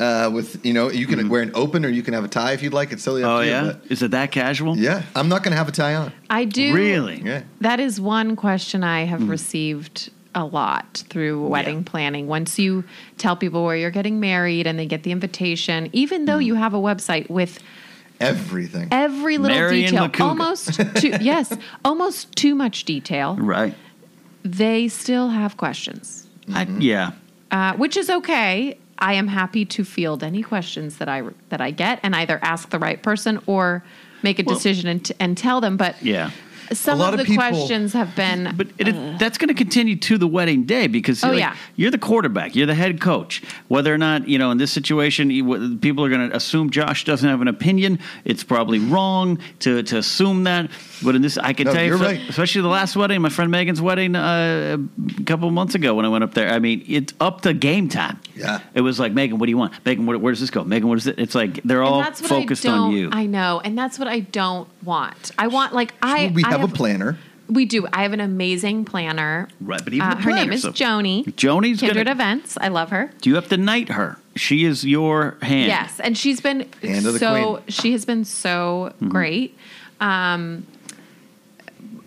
S4: uh, with you know you can wear an open or you can have a tie if you'd like. It's totally up
S2: Mm-hmm. oh
S4: to you,
S2: yeah,
S4: but-
S2: is it that casual?
S4: yeah. I'm not gonna have a tie on.
S3: I do.
S2: Really?
S4: Yeah.
S3: That is one question I have received a lot through wedding planning. Once you tell people where you're getting married and they get the invitation, even though you have a website with
S4: Everything.
S3: every little
S2: Marion
S3: detail,
S2: McCougar.
S3: almost too, yes, almost too much detail,
S2: Right.
S3: they still have questions,
S2: I,
S4: Mm-hmm.
S2: yeah.
S3: uh, which is okay. I am happy to field any questions that I that I get and either ask the right person or make a
S2: Well-
S3: decision and, t- and tell them. But
S2: Yeah.
S3: some
S4: A lot
S3: of the
S4: of people-
S3: questions have been
S2: But it, it, that's going to continue to the wedding day because
S3: Oh,
S2: like,
S3: yeah.
S2: you're the quarterback, you're the head coach. Whether or not you know in this situation, you, wh- people are going to assume Josh doesn't have an opinion. It's probably wrong to, to assume that. But in this, I can
S4: No,
S2: tell you,
S4: you're
S2: so-
S4: right.
S2: especially the last wedding, my friend Megan's wedding uh, a couple months ago when I went up there. I mean, it's up to game time.
S4: Yeah.
S2: it was like Megan, what do you want? Megan, where, where does this go? Megan, what is it? It's like they're
S3: And
S2: all
S3: that's what I
S2: focused on
S3: don't-
S2: you.
S3: I know, and that's what I don't want. I want like I
S4: we
S3: I
S4: have, a planner.
S3: We do. I have an amazing planner.
S2: Right, but even
S3: Uh,
S2: the
S3: her name
S2: planner,
S3: is
S2: so-
S3: Joni.
S2: Joni's gonna-
S3: Kindred Events. I love her.
S2: do you have to knight her? She is your hand.
S3: Yes, and she's been
S4: Hand of the
S3: so
S4: queen.
S3: she has been so
S2: Mm-hmm.
S3: great. Um,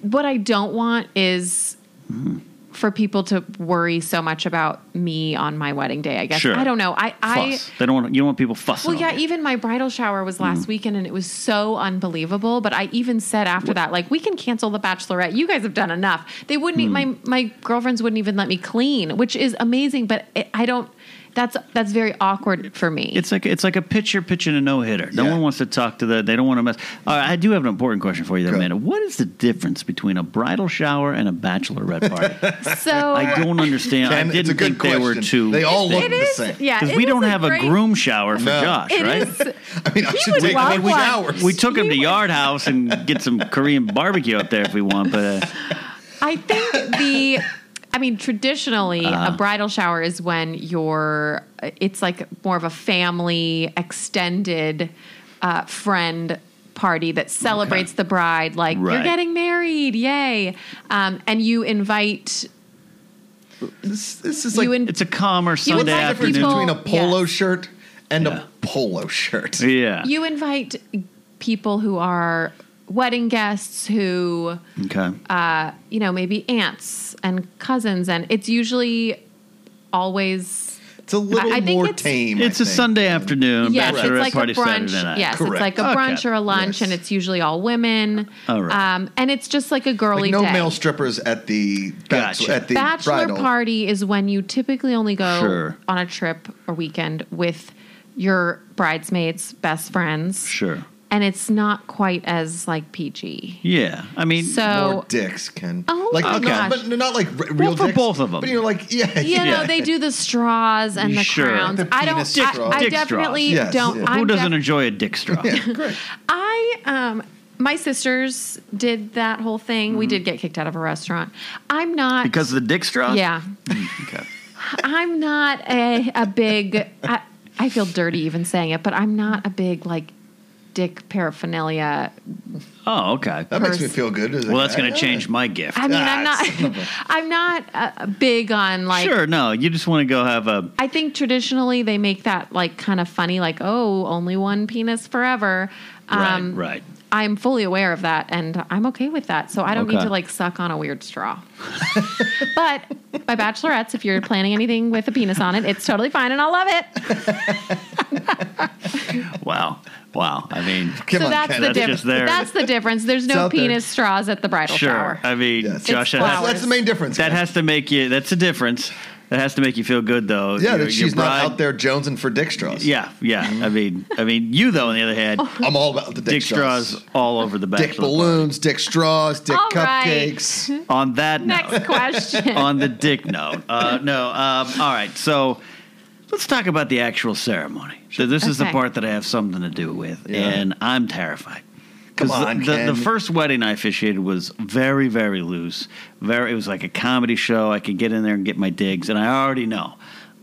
S3: what I don't want is
S2: Mm-hmm.
S3: for people to worry so much about me on my wedding day. I guess
S2: Sure.
S3: I don't know. I I
S2: Fuss. they don't want you don't want people fussing.
S3: Well,
S2: over
S3: yeah,
S2: you.
S3: even my bridal shower was
S2: Mm.
S3: last weekend and it was so unbelievable. But I even said after that, like, we can cancel the bachelorette. You guys have done enough. They wouldn't,
S2: Hmm.
S3: e- my, my girlfriends wouldn't even let me clean, which is amazing. But it, I don't, that's, that's very awkward for me.
S2: It's like it's like a pitcher pitching a no hitter. No
S4: Yeah.
S2: one wants to talk to the. They don't want to mess. All right, I do have an important question for you, though,
S4: Go.
S2: Amanda. What is the difference between a bridal shower and a bachelorette party?
S3: so
S2: I don't understand. I
S4: Ken, it's a
S2: didn't think
S4: good
S2: they were
S4: question.
S2: two.
S4: They all look
S3: it
S4: the
S3: is,
S4: same.
S3: yeah,
S2: because
S3: it
S2: we
S3: is
S2: don't have a
S3: great-
S2: groom shower for
S4: No.
S2: Josh,
S3: It
S2: right?
S3: is-
S4: I mean, I
S3: He
S4: should
S3: would
S4: take
S3: love
S4: I mean, we
S3: one.
S4: hours.
S2: We took him to Yard House and get some Korean barbecue up there if we want, but uh,
S3: I think the. I mean, traditionally, a bridal shower is when you're. It's like more of a family extended uh, friend party that celebrates the bride. Like
S2: Right.
S3: you're getting married, yay! Um, and you invite.
S4: this, this is like
S3: you in-
S2: it's a calmer
S3: You would
S2: Sunday
S4: what's the
S3: like
S4: difference
S2: afternoon.
S3: people-
S4: between a polo
S3: Yes.
S4: shirt and
S2: Yeah.
S4: a polo shirt.
S2: yeah.
S3: You invite people who are wedding guests who
S2: okay.
S3: uh, you know maybe aunts and cousins and it's usually always
S4: It's a little
S3: I- I think
S4: more
S3: it's-
S4: tame. I
S2: it's a
S4: think.
S2: Sunday afternoon
S3: yes, it's
S2: bachelorette
S3: like
S2: party
S3: a brunch.
S2: Saturday night.
S3: Yes,
S4: Correct.
S3: it's like a
S2: Okay.
S3: brunch or a lunch,
S4: Yes.
S3: and it's usually all women.
S2: All right.
S3: Um, and it's just like a girly
S4: Like no
S3: day.
S4: male strippers at the bachelor,
S2: Gotcha.
S4: at the
S3: Bachelor
S4: bridal.
S3: party is when you typically only go
S2: Sure.
S3: on a trip or weekend with your bridesmaids, best friends,
S2: Sure.
S3: and it's not quite as like peachy.
S2: Yeah. I mean,
S4: More
S3: So.
S4: dicks can
S3: Oh
S4: like
S3: my
S4: no,
S2: gosh.
S4: but not like r- real
S2: for
S4: dicks,
S2: both of 'em.
S4: But you know, like yeah,
S3: You
S4: yeah.
S3: know, they do the straws and the
S2: Sure.
S3: crowns.
S4: The
S3: I
S4: penis
S3: don't.
S4: straws.
S3: I, I
S2: Dick straws.
S3: definitely
S4: Yes.
S3: don't.
S4: Who
S3: I'm
S2: Who doesn't
S3: def-
S2: enjoy a dick straw?
S4: Yeah, correct.
S3: I um my sisters did that whole thing. We did get kicked out of a restaurant. I'm not
S2: Mm-hmm. Because of the dick straw?
S3: yeah.
S2: Okay.
S3: I'm not a a big I, I feel dirty even saying it, but I'm not a big like dick paraphernalia.
S2: Oh, okay.
S4: That makes me
S3: Pers-
S4: feel good. "Ah, as a
S2: Well, that's
S4: guy.
S2: going to change my gift.
S3: I mean,
S4: Ah,
S3: I'm not I'm not uh, big on like
S2: sure, no. You just want to go have a.
S3: I think traditionally they make that like kind of funny like oh, only one penis forever. Um,
S2: right, right.
S3: I'm fully aware of that and I'm okay with that. So I don't need
S2: Okay.
S3: to like suck on a weird straw. but by bachelorettes, if you're planning anything with a penis on it, it's totally fine and I'll love it.
S2: Wow. Wow. I mean,
S4: Come
S3: so
S4: on,
S3: that's
S4: Ken.
S3: the
S2: That's
S3: difference.
S2: just there.
S3: That's the difference. There's no
S4: out there.
S3: penis straws at the bridal
S2: sure.
S3: shower.
S2: I mean,
S4: Yes.
S2: Josh,
S3: It's
S2: that,
S3: flowers.
S4: That's the main difference.
S2: that
S4: Ken.
S2: has to make you. That's the difference. That has to make you feel good, though.
S4: yeah,
S2: Your-
S4: that
S2: your
S4: she's not
S2: bride-
S4: out there jonesing for dick straws.
S2: Yeah, yeah. I mean, I mean, you though. On the other hand,
S4: I'm all about the dick,
S2: dick straws all over the bachelor.
S4: dick balloons, dick straws, dick
S3: All right.
S4: cupcakes.
S2: On that note,
S3: Next question.
S2: on the dick note. Uh, no. Um, all right. So Let's talk about the actual ceremony. So this is the
S3: Okay.
S2: part that I have something to do with,
S4: Yeah.
S2: and I'm terrified. Because
S4: Come on,
S2: the, the,
S4: Ken.
S2: the first wedding I officiated was very, very loose. Very, it was like a comedy show. I could get in there and get my digs, and I already know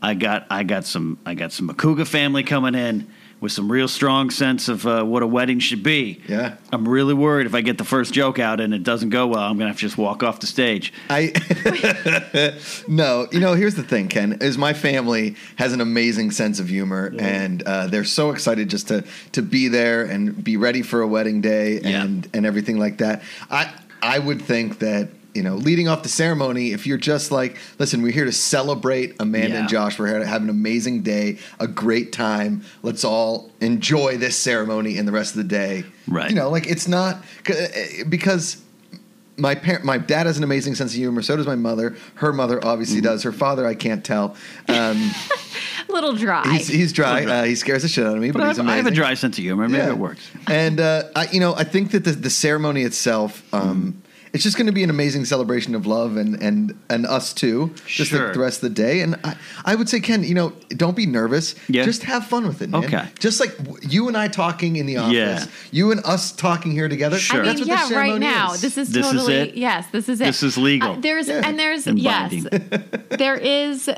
S2: I got I got some I got some Makuga family coming in with some real strong sense of uh, what a wedding should be.
S4: Yeah.
S2: I'm really worried if I get the first joke out and it doesn't go well, I'm gonna have to just walk off the stage.
S4: I no, you know, here's the thing, Ken. Is my family has an amazing sense of humor, and uh, they're so excited just to to be there and be ready for a wedding day
S2: Yeah.
S4: and and everything like that. I I would think that. You know, leading off the ceremony, if you're just like, listen, we're here to celebrate Amanda
S2: Yeah.
S4: and Josh. We're here to have an amazing day, a great time. Let's all enjoy this ceremony and the rest of the day.
S2: Right.
S4: You know, like it's not 'cause- eh, because my parent, my dad has an amazing sense of humor. So does my mother. Her mother obviously
S2: Mm-hmm.
S4: does. Her father, I can't tell. Um,
S3: Little dry.
S4: he's, he's dry. Uh, he scares the shit out of me, but,
S2: But I
S4: he's
S2: have,
S4: amazing.
S2: I have a dry sense of humor. Maybe
S4: Yeah.
S2: it works.
S4: And uh, I, you know, I think that the, the ceremony itself, um, it's just going to be an amazing celebration of love and and and us too. Just
S2: Sure.
S4: like the rest of the day. And I, I would say, Ken, you know, don't be nervous.
S2: Yeah.
S4: Just have fun with it. Man.
S2: Okay.
S4: Just like w- you and I talking in the office.
S2: Yeah.
S4: You and us talking here together.
S2: Sure.
S3: I mean,
S4: That's what the
S3: yeah,
S4: ceremony
S3: right now.
S4: is.
S3: This is
S2: This is
S3: totally
S2: it?
S3: yes. This is it.
S2: This is legal.
S3: Uh, there's
S4: Yeah.
S3: and there's
S2: And
S3: yes.
S2: binding.
S3: there is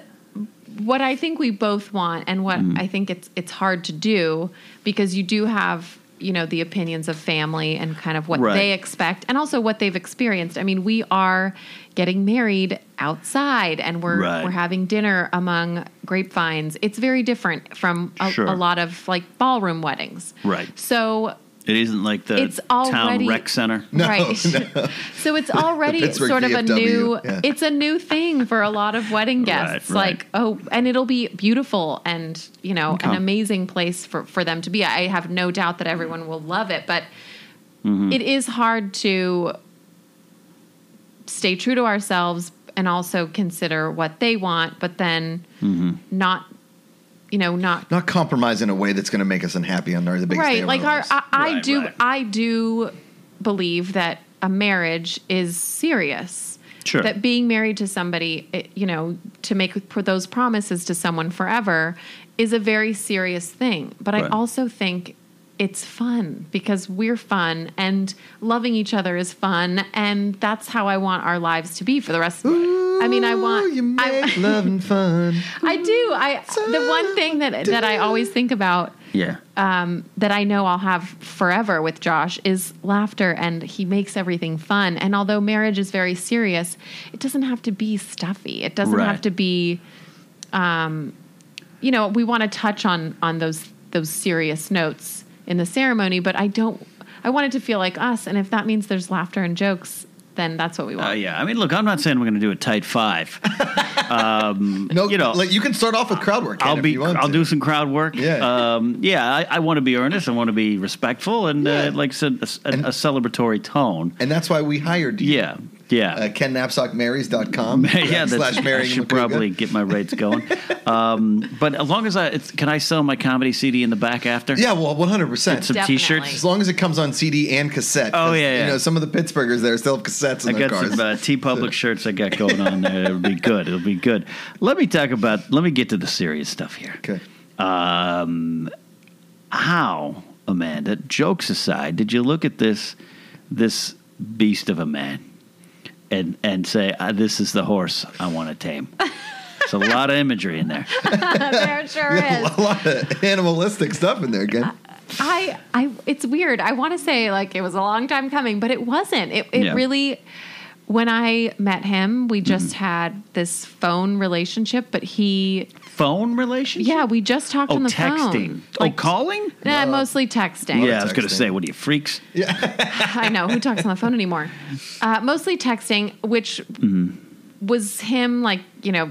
S3: what I think we both want, and what
S2: Mm.
S3: I think it's it's hard to do because you do have you know the opinions of family and kind of what
S2: Right.
S3: they expect, and also what they've experienced. I mean, we are getting married outside, and we're
S2: Right.
S3: we're having dinner among grapevines. It's very different from a,
S2: Sure.
S3: a lot of like ballroom weddings,
S2: Right.
S3: So
S2: It isn't like the
S3: It's
S2: town
S3: already-
S2: rec center.
S3: right. so it's already
S4: Pittsburgh
S3: sort of a
S4: VFW,
S3: new
S4: yeah.
S3: it's a new thing for a lot of wedding guests.
S2: Right, right.
S3: Like, oh and it'll be beautiful and you know, an
S2: Okay.
S3: amazing place for, for them to be. I have no doubt that everyone will love it, but
S2: Mm-hmm.
S3: it is hard to stay true to ourselves and also consider what they want, but then
S2: Mm-hmm.
S3: not you know, not
S4: not compromise in a way that's going to make us unhappy on our the biggest day
S3: right
S4: of
S3: like our uh,
S4: lives.
S3: i, I
S2: Right,
S3: do
S2: right.
S3: i do believe that a marriage is serious
S2: Sure.
S3: that being married to somebody it- you know to make pro- those promises to someone forever is a very serious thing but i
S2: Right.
S3: also think it's fun because we're fun and loving each other is fun and that's how i want our lives to be for the rest of i mean i want
S4: Ooh, you
S3: I-
S4: make love and fun.
S3: I do. I the one thing that that I always think about
S2: Yeah.
S3: uh, that I know I'll have forever with Josh is laughter, and he makes everything fun. And although marriage is very serious, it doesn't have to be stuffy. It doesn't
S2: Right.
S3: have to be, um, you know, we want to touch on on those those serious notes in the ceremony, but I don't. I want it to feel like us, and if that means there's laughter and jokes, then that's what we want.
S2: Uh, yeah. I mean, look, I'm not saying we're going to do a tight five.
S4: No,
S2: You know,
S4: like you can start off with crowd work. Ken,
S2: I'll
S4: if
S2: be.
S4: You want
S2: I'll
S4: to.
S2: do some crowd work.
S4: Yeah.
S2: Um, yeah. I, I want to be earnest. I want to be respectful and,
S4: Yeah.
S2: uh, like I said, a, a, a celebratory tone.
S4: and that's why we hired you.
S2: Yeah. Yeah.
S4: Uh, KenNapsockMarries.com
S2: yeah,
S4: slash
S2: that's, I
S4: marrying
S2: should
S4: Makuga.
S2: probably get my rates going. um, but as long as I, it's, can I sell my comedy CD in the back after?
S4: Yeah, well, one hundred percent.
S2: Some
S3: Definitely.
S2: t-shirts.
S4: As long as it comes on CD and cassette.
S2: Oh,
S4: 'cause,
S2: yeah, yeah.
S4: You know, some of the Pittsburghers there still have cassettes in
S2: I
S4: their
S2: got
S4: cars.
S2: some uh, T Public shirts I got going on there. It'll be good. It'll be good. Let me talk about. Let me get to the serious stuff here.
S4: okay.
S2: How Amanda? Jokes aside, did you look at this this beast of a man and and say "Ah, this is the horse I want to tame? It's a lot of imagery in there.
S3: there it sure is.
S4: A lot of animalistic stuff in there
S3: Uh,
S4: again.
S3: I, I, it's weird. I want to say like it was a long time coming, but it wasn't. It, it
S2: Yeah. Mm-hmm.
S3: really. When I met him, we just had this phone relationship, but he,
S2: Phone relationship?
S3: yeah, we just talked
S2: Oh,
S3: on the
S2: texting.
S3: phone.
S2: oh, calling?
S3: Nah, mostly texting.
S2: Yeah, I was going
S4: texting.
S2: to say, what are you freaks?
S3: I know who talks on the phone anymore. Uh, mostly texting, which
S2: Mm-hmm.
S3: was him like you know,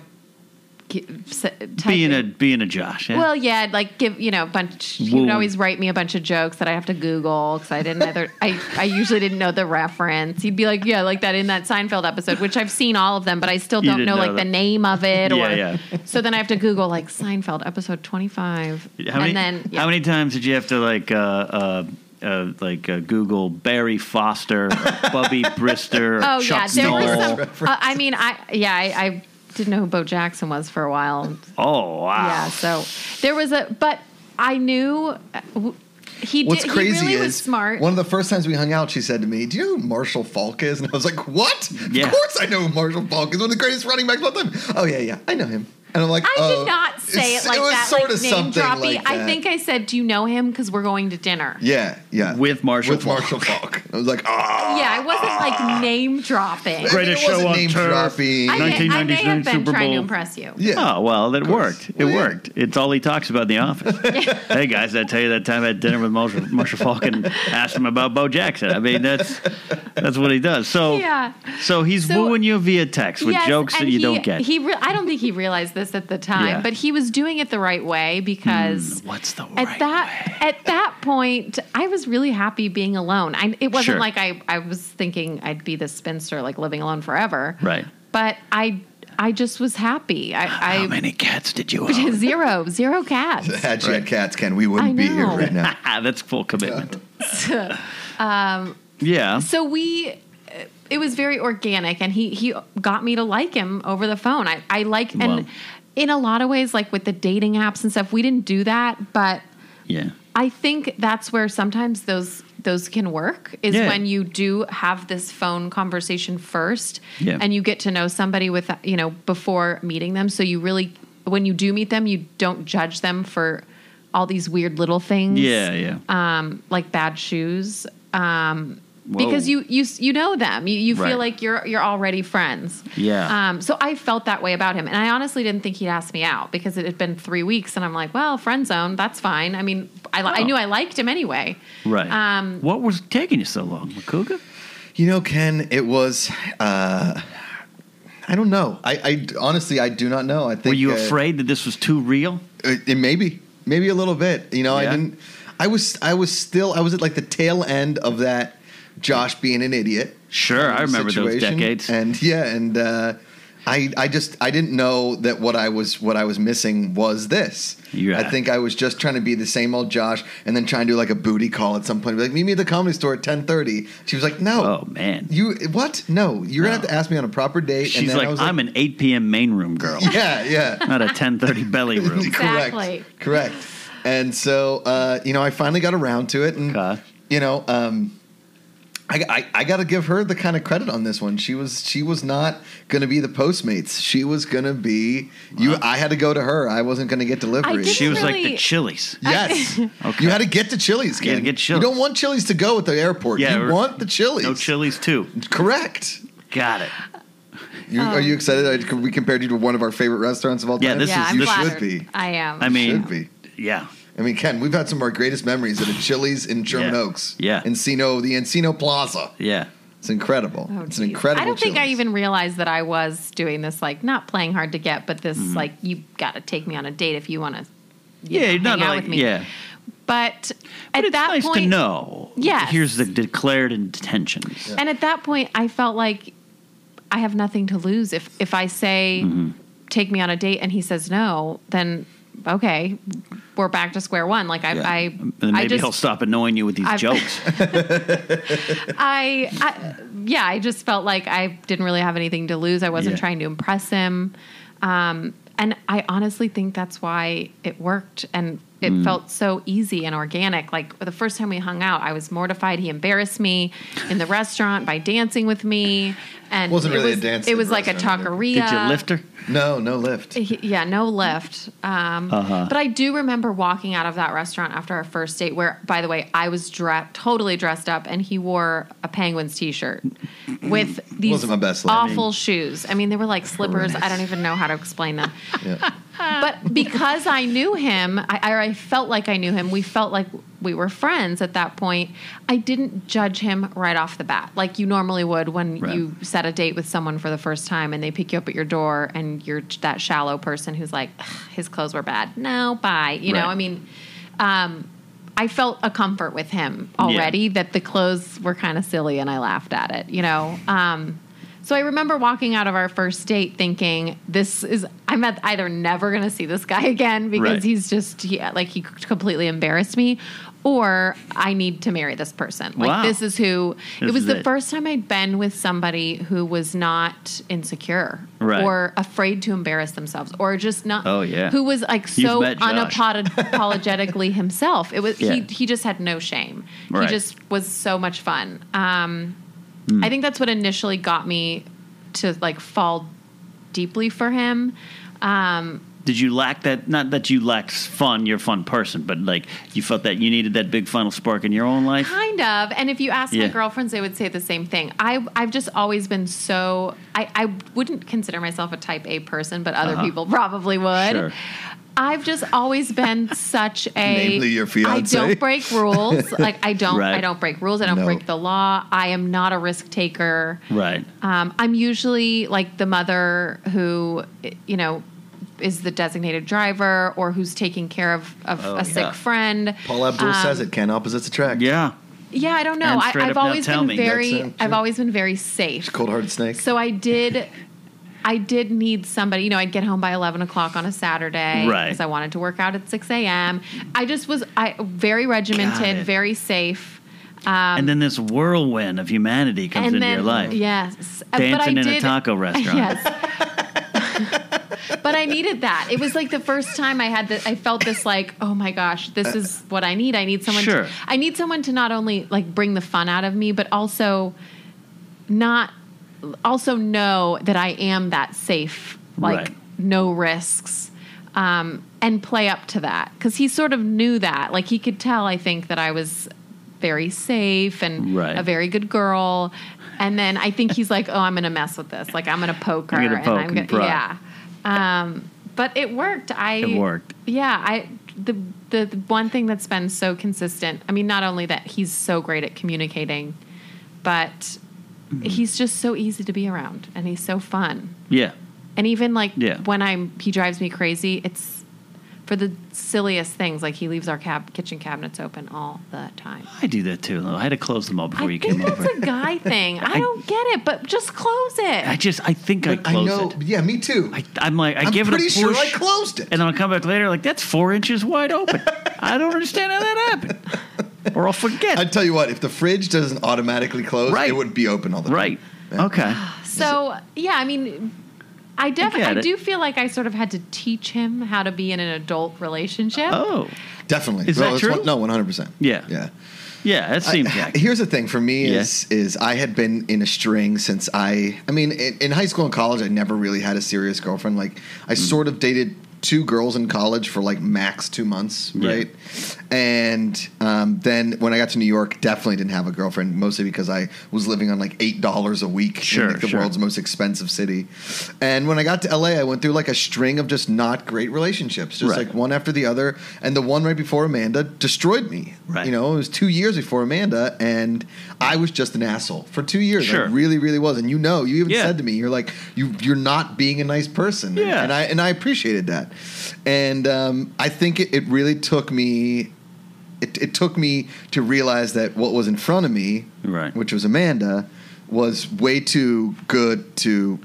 S3: ki- s-
S2: Being a
S3: typing-
S2: being a Josh. Yeah?
S3: Well, yeah, I'd, like give you know a bunch. He would
S2: Woo.
S3: always write me a bunch of jokes that I have to Google because I didn't either. I I usually didn't know the reference. He'd be like, yeah, like that in that Seinfeld episode, which I've seen all of them, but I still
S2: You
S3: don't
S2: didn't
S3: know,
S2: know
S3: like
S2: that.
S3: the name of it.
S2: Yeah,
S3: or,
S2: yeah.
S3: So then I have to Google like Seinfeld episode twenty five,
S2: How many,
S3: and then yeah.
S2: how many times did you have to like uh, uh, uh, like uh, Google Barry Foster, or Bubby Brister, or
S3: Oh
S2: Chuck
S3: yeah, there
S2: Knoll?
S3: was some. uh, I mean, I yeah, I, I didn't know who Bo Jackson was for a while.
S2: Oh wow.
S3: Yeah, so there was a, but I knew uh, w- he
S4: What's
S3: did.
S4: crazy
S3: he really
S4: is
S3: was smart.
S4: One of the first times we hung out, she said to me, "Do you know who Marshall Falk is?" And I was like, "What?
S2: Yeah.
S4: Of course I know who Marshall Falk is. One of the greatest running backs of all time." Oh yeah, yeah, I know him. And I'm like,
S3: I
S4: oh.
S3: did not say it
S4: It's-
S3: like
S4: was
S3: that,
S4: sorta
S3: like name
S4: something
S3: droppy.
S4: like
S3: I
S4: that.
S3: think I said, "Do you know him?" Because we're going to dinner.
S4: Yeah, yeah.
S2: With Marshall
S4: With
S2: Falk.
S4: Marshall Falk. I was like, ah.
S3: Yeah, I wasn't like name dropping.
S4: Right.
S2: Greatest
S4: It wasn't
S2: show on
S4: name
S2: turf.
S4: dropping.
S3: I, may, I may
S2: 1999
S3: have been
S2: Super
S3: trying to
S2: Bowl.
S3: impress you.
S4: Yeah.
S2: Oh well, it worked. It
S4: Well, yeah.
S2: worked. It's all he talks about in the office. hey guys, I tell you that time I had dinner with Marshall, Marshall Falk and asked him about Bo Jackson. I mean, that's that's what he does. So
S3: Yeah.
S2: so he's
S3: So-
S2: wooing you via text with
S3: Yes,
S2: jokes that
S3: and
S2: you
S3: he-
S2: don't get.
S3: He, re- I don't think he realized this at the time,
S2: Yeah.
S3: but he was doing it the right way because
S2: What's the
S3: at
S2: right
S3: that at that point, I was really happy being alone. I, it wasn't
S2: Sure.
S3: like I I was thinking I'd be this spinster, like living alone forever.
S2: Right.
S3: But I I just was happy. I,
S2: How
S3: I
S2: many cats did you own?
S3: zero zero cats.
S4: Had she had cats, Ken, we wouldn't
S3: I
S4: be here
S3: know.
S4: right now.
S2: Ah, that's full commitment. yeah.
S3: so we it was very organic and he he got me to like him over the phone i i like
S2: Wow.
S3: and in a lot of ways like with the dating apps and stuff we didn't do that but
S2: yeah.
S3: i think that's where sometimes those those can work is
S2: Yeah.
S3: when you do have this phone conversation first
S2: Yeah.
S3: and you get to know somebody with you know before meeting them so you really when you do meet them you don't judge them for all these weird little things
S2: Yeah, yeah.
S3: um, like bad shoes, um,
S2: Whoa.
S3: because you you you know them. You, you
S2: Right.
S3: feel like you're you're already friends.
S2: Yeah.
S3: Um, so I felt that way about him, and I honestly didn't think he'd ask me out because it had been three weeks, and I'm like, well, friend zone, that's fine. I mean, I, li I
S2: Oh.
S3: knew I liked him anyway.
S2: Right.
S3: Um,
S2: what was taking you so long, Makuga?
S4: You know, Ken, it was. Uh, I don't know. I, I honestly, I do not know. I think
S2: Were you
S4: uh,
S2: afraid that this was too real?
S4: It, it Uh, maybe, maybe a little bit. You know,
S2: Yeah.
S4: I didn't. I was. I was still. I was at like the tail end of that. Josh being an idiot.
S2: Sure,
S4: kind
S2: I
S4: of
S2: remember those decades.
S4: And yeah, and uh, I. I just. I didn't know that what I was. What I was missing was this.
S2: Yeah.
S4: I think I was just trying to be the same old Josh, and then trying to do like a booty call at some point. Be like, meet me at the comedy store at ten thirty. She was like, no.
S2: Oh man.
S4: You what? No, you're gonna have to ask me on a proper date.
S2: She's like, I'm an 8 p.m. main room girl,
S4: yeah, yeah,
S2: not a 10:30 belly room.
S3: Exactly.
S4: correct, correct. And so, uh, you know, I finally got around to it, and
S2: Okay.
S4: you know, um, I, I I got to give her the kind of credit on this one. She was she was not gonna be the Postmates. She was gonna be you. I had to go to her. I wasn't gonna get delivery.
S3: didn't
S2: She was like the
S3: Really?
S2: Chili's.
S4: Yes, you had to get to Chili's.
S2: You had to
S4: Ken.
S2: get Chili's.
S4: You don't want Chili's to go at the airport.
S2: Yeah,
S4: you
S2: or-
S4: want the Chili's.
S2: No Chili's too.
S4: Correct.
S2: Got it.
S4: You, are you excited? that I- we compared you to one of our favorite restaurants of all
S2: Yeah,
S4: time.
S2: this
S3: Um, Yeah,
S2: is-
S3: I'm
S4: you
S2: this
S3: flattered.
S4: should be.
S3: I am.
S2: I mean,
S4: Should be.
S2: yeah.
S4: I mean, Ken, we've had some of our greatest memories at a Chili's in Sherman
S2: Yeah.
S4: Oaks.
S2: Yeah.
S4: Encino, the Encino Plaza.
S2: Yeah.
S4: It's incredible.
S3: Oh,
S4: it's an
S3: geez.
S4: incredible.
S3: I don't think I
S4: Chili's.
S3: even realized that I was doing this, like not playing hard to get, but
S2: Mm-hmm.
S3: this, like, you got to take me on a date if you want to.
S2: Yeah, you're not
S3: hang out
S2: like
S3: with me.
S2: yeah.
S3: But,
S2: But
S3: at
S2: it's
S3: that
S2: nice
S3: point,
S2: to know.
S3: Yes.
S2: Here's the declared intentions.
S3: And at that point, I felt like I have nothing to lose. If if I say,
S2: Mm-hmm.
S3: "Take me on a date," and he says no, then okay, we're back to square one. Like I,
S2: Yeah.
S3: I,
S2: and then
S3: I
S2: maybe
S3: just,
S2: he'll stop annoying you with these
S3: I've-
S2: jokes.
S3: I, I, yeah, I just felt like I didn't really have anything to lose. I wasn't
S2: Yeah.
S3: trying to impress him, um, and I honestly think that's why it worked. And it
S4: Mm.
S3: felt so easy and organic. Like the first time we hung out, I was mortified. He embarrassed me in the restaurant by dancing with me, and
S4: Wasn't
S3: it
S4: really a
S3: was-
S4: dance
S3: It
S4: in
S3: was
S4: the
S3: like a
S4: restaurant, I
S3: taqueria.
S2: Did you lift her?
S4: No, no lift.
S3: He- yeah, no lift. Um,
S4: Uh-huh.
S3: But I do remember walking out of that restaurant after our first date, where, by the way, I was dre- totally dressed up, and he wore a Penguins T-shirt with these
S4: Wasn't my best landing.
S3: awful shoes. I mean, they were like slippers. I don't even know how to explain them.
S4: Yeah.
S3: but because I knew him, I, or I felt like I knew him. We felt like we were friends at that point. I didn't judge him right off the bat, like you normally would when
S2: Right.
S3: you set a date with someone for the first time and they pick you up at your door and you're that shallow person who's like, "Ugh, his clothes were bad. No, bye. You know,
S2: Right.
S3: I mean, um, I felt a comfort with him already that the clothes were kind of silly and I laughed at it, you know. Um, So I remember walking out of our first date thinking, this is, I'm at- either never going to see this guy again because
S2: Right.
S3: he's just, he, like, he completely embarrassed me, or I need to marry this person. Like,
S2: Wow.
S3: this is who,
S2: This
S3: it was
S2: is
S3: the
S2: it.
S3: first time I'd been with somebody who was not insecure
S2: Right.
S3: or afraid to embarrass themselves or just not,
S2: Oh, yeah.
S3: who was like
S2: You've
S3: so
S2: met Josh.
S3: unapologetically himself. It was,
S2: Yeah.
S3: he, he just had no shame.
S2: Right. Hmm.
S3: He just was so much fun. Um, I think that's what initially got me to like fall deeply for him. Um,
S2: Did you lack that? Not that you lacked fun. You're a fun person, but like you felt that you needed that big final spark in your own life.
S3: kind of. And if you ask
S2: Yeah.
S3: my girlfriends, they would say the same thing. I, I've just always been so, I, I wouldn't consider myself a type A person, but other people probably would.
S2: Uh-huh. Sure.
S3: I've just always been such a
S4: Namely your fiancé.
S3: I don't break rules. Like I don't
S2: Right.
S3: I don't break rules. I don't
S4: No.
S3: break the law. I am not a risk taker.
S2: Right.
S3: Um, I'm usually like the mother who, you know, is the designated driver or who's taking care of, of
S2: Oh,
S3: a
S2: yeah.
S3: sick friend.
S4: Paul Abdul
S3: Um,
S4: says it, Ken. Opposites attract.
S2: Yeah.
S3: Yeah, I don't know.
S2: And
S3: I,
S2: straight up
S3: I've
S2: now
S3: always
S2: tell
S3: been
S2: me.
S3: very,
S4: That's it,
S3: I've
S4: sure.
S3: always been very safe.
S4: Cold hearted snake.
S3: So I did, I did need somebody. You know, I'd get home by eleven o'clock on a Saturday
S2: Right.
S3: because I wanted to work out at six a.m. I just was, I very
S2: Got
S3: regimented,
S2: it.
S3: very safe. um,
S2: and then this whirlwind of humanity comes into your life.
S3: Yes, Uh,
S2: Dancing in a taco restaurant.
S3: Yes. but I needed that. It was like the first time I had that. I felt this like, oh my gosh, this is what I need. I need someone.
S2: Sure.
S3: To, I need someone to not only like bring the fun out of me, but also not also know that I am that safe, like
S2: Right.
S3: no risks. Um, and play up to that because he sort of knew that. Like he could tell, I think, that I was very safe and
S2: Right.
S3: a very good girl. And then I think he's like, "Oh, I'm gonna mess with this. Like I'm gonna poke her."
S2: You're gonna poke
S3: I'm
S2: and pry.
S3: Yeah. Um, but it worked. I
S2: It worked.
S3: Yeah. I the, the the one thing that's been so consistent. I mean, not only that he's so great at communicating, but
S2: Mm-hmm.
S3: he's just so easy to be around, and he's so fun.
S2: Yeah.
S3: And even like
S2: Yeah.
S3: when I'm, he drives me crazy. It's for the silliest things. Like he leaves our cab kitchen cabinets open all the time.
S2: I do that too. though. I had to close them all before
S3: I
S2: you
S3: think
S2: came
S3: that's
S2: over.
S3: a guy thing. I, don't get it, but just close it.
S2: I just, I think I
S4: I
S2: closed
S4: know.
S2: it.
S4: Yeah, me too.
S2: I, I'm like, I
S4: am
S2: give it a
S4: pretty
S2: push,
S4: sure I closed it.
S2: and I'll come back later. Like that's four inches wide open. I don't understand how that happened, or I'll forget.
S4: I tell you what, if the fridge doesn't automatically close,
S2: Right.
S4: it would be open all the time.
S2: right? Okay.
S3: so yeah, I mean, I
S2: get
S3: definitely, I
S2: it.
S3: do feel like I sort of had to teach him how to be in an adult relationship.
S2: Oh,
S4: Definitely.
S2: Is
S4: no,
S2: that
S4: that's
S2: true?
S4: One, no, 100%.
S2: Yeah.
S4: Yeah.
S2: yeah. That seems
S4: I-
S2: like
S4: Here's the thing for me
S2: Yeah.
S4: is is I had been in a string since I I mean in, in high school and college I never really had a serious girlfriend like I
S2: Mm.
S4: sort of dated two girls in college for like max two months
S2: Yeah.
S4: right and um, then when I got to New York definitely didn't have a girlfriend mostly because I was living on like eight dollars a week
S2: Sure,
S4: in like, the
S2: sure.
S4: world's most expensive city and when I got to LA I went through like a string of just not great relationships just
S2: Right.
S4: like one after the other and the one right before Amanda destroyed me
S2: Right.
S4: you know know, it was two years before Amanda, and I was just an asshole for two years.
S2: Sure.
S4: I really, really was. And you know, you even
S2: Yeah.
S4: said to me, "You're like you, you're not being a nice person." And-
S2: Yeah.
S4: And, I and I appreciated that, and um, I think it, it really took me. It, it took me to realize that what was in front of me,
S2: Right.
S4: which was Amanda, was way too good to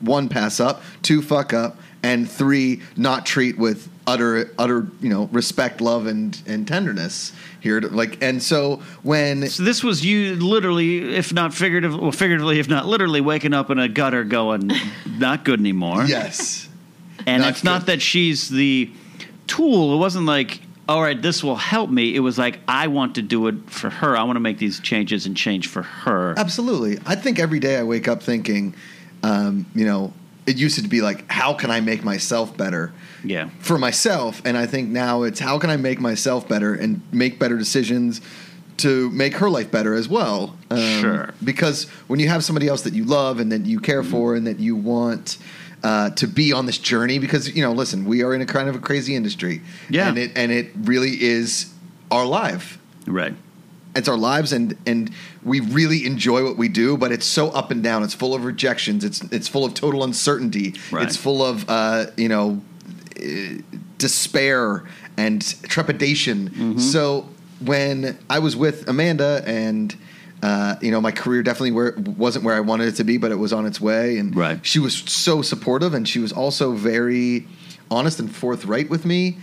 S4: one pass up, two fuck up, and three not treat with utter utter you know respect, love, and and tenderness here. To, like and so when
S2: So this was you literally, if not figurative, well, figuratively, if not literally, waking up in a gutter going, not good anymore.
S4: yes,
S2: And
S4: not
S2: it's not
S4: good.
S2: that she's the tool. It wasn't like, all right, this will help me. It was like, I want to do it for her. I want to make these changes and change for her.
S4: Uh, Absolutely. I think every day I wake up thinking, um, you know, it used to be like, how can I make myself better?
S2: Yeah.
S4: For myself. And I think now it's how can I make myself better and make better decisions to make her life better as well? Um,
S2: Sure. Mm-hmm.
S4: Because when you have somebody else that you love and that you care for and that you want uh, to be on this journey, because, you know, listen, we are in a kind of a crazy industry.
S2: Yeah.
S4: And it, and it really is our life
S2: Right.
S4: it's our lives and and we really enjoy what we do but it's so up and down it's full of rejections it's it's full of total uncertainty
S2: Right.
S4: it's full of uh you know eh, despair
S2: Mm-hmm.
S4: and trepidation so when i was with amanda and Uh, you know, my career definitely where, wasn't where I wanted it to be, but it was on its way. And
S2: Right.
S4: she was so supportive, and she was also very honest and forthright with me.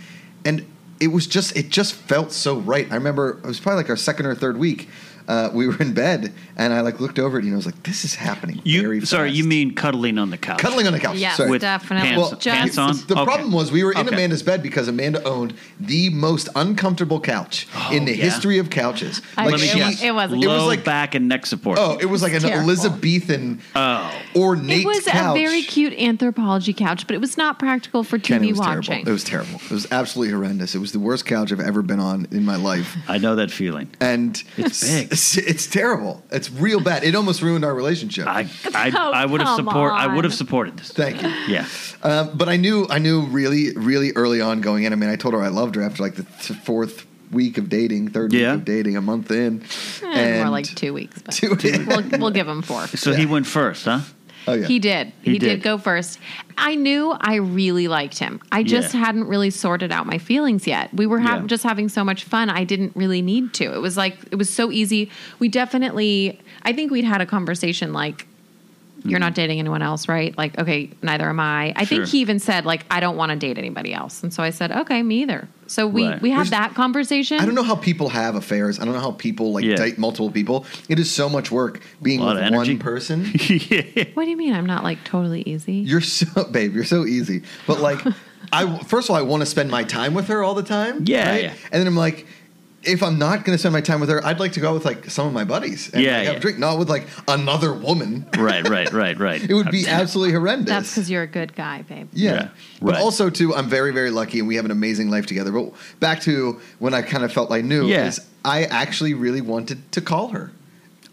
S4: And it was just, it just felt so right. I remember it was probably like our second or third week. Uh, we were in bed, and I like looked over at you, and I was like, "This is happening." very
S2: You sorry,
S4: fast."
S2: you mean cuddling on the couch?
S4: cuddling on the couch?
S3: Yeah,
S4: sorry.
S2: with
S3: Definitely.
S2: Pants,
S3: Well,
S2: pants
S3: just-
S2: on.
S4: The
S2: Okay.
S4: problem was we were in
S2: Okay.
S4: Amanda's bed because Amanda owned the most uncomfortable couch in the
S2: Oh, yeah.
S4: history of couches.
S3: I
S2: Let me
S3: It
S4: she-
S3: wa-
S2: guess.
S3: it wasn't.
S4: It was
S2: Low
S4: like
S2: back and neck support.
S4: oh, it was like an
S3: Terrible.
S4: Elizabethan
S2: Oh.
S4: ornate
S3: It was
S4: couch.
S3: a very cute anthropology couch, but it was not practical for
S4: And it
S3: TV
S4: was
S3: watching.
S4: terrible. It was terrible. It was absolutely horrendous. It was the worst couch I've ever been on in my life.
S2: I know that feeling.
S4: And
S2: It's big.
S4: It's, it's terrible. It's real bad. It almost ruined our relationship.
S2: I I,
S3: Oh,
S2: I would have
S3: come
S2: support I
S3: on.
S2: would have supported this.
S4: Thank you.
S2: Yeah.
S4: Um, but I knew, I knew really, really early on going in. I mean, I told her I loved her after like the th- fourth week of dating, third
S2: Yeah.
S4: week of dating, a month in,
S3: Eh, more like two weeks. But
S4: Two-
S3: we'll, we'll give him four.
S2: So he went first, huh?
S4: Oh, yeah.
S3: He did. He, did.
S2: did.
S3: go first. I knew I really liked him. I just
S2: Yeah.
S3: hadn't really sorted out my feelings yet. We were ha-
S2: Yeah.
S3: just having so much fun. I didn't really need to. It was like it was so easy. We definitely. I think we'd had a conversation like. You're not dating anyone else, right? Like, okay, neither am I. I
S2: Sure.
S3: think he even said, like, I don't want to date anybody else. And so I said, okay, me either. So we
S2: Right.
S3: we had
S4: Which-
S3: that conversation.
S4: I don't know how people have affairs. I don't know how people like
S2: Yeah.
S4: date multiple people. It is so much work being
S2: A lot
S4: with
S2: of energy.
S4: one person.
S3: What do you mean? I'm not like totally easy.
S4: You're so babe, you're so easy. But like I first of all I want to spend my time with her all the time.
S2: Yeah, yeah.
S4: And then I'm like if I'm not going to spend my time with her, I'd like to go out with like some of my buddies and
S2: Yeah,
S4: like, have
S2: yeah.
S4: a drink, not with like another woman.
S2: Right, right, right, right.
S4: It would be absolutely horrendous.
S3: That's because you're a good guy, babe.
S4: Yeah.
S2: Yeah,
S4: But
S2: right.
S4: also too, I'm very, very lucky and we have an amazing life together. But back to when I kind of felt like new
S2: Yeah.
S4: is I actually really wanted to call her. In-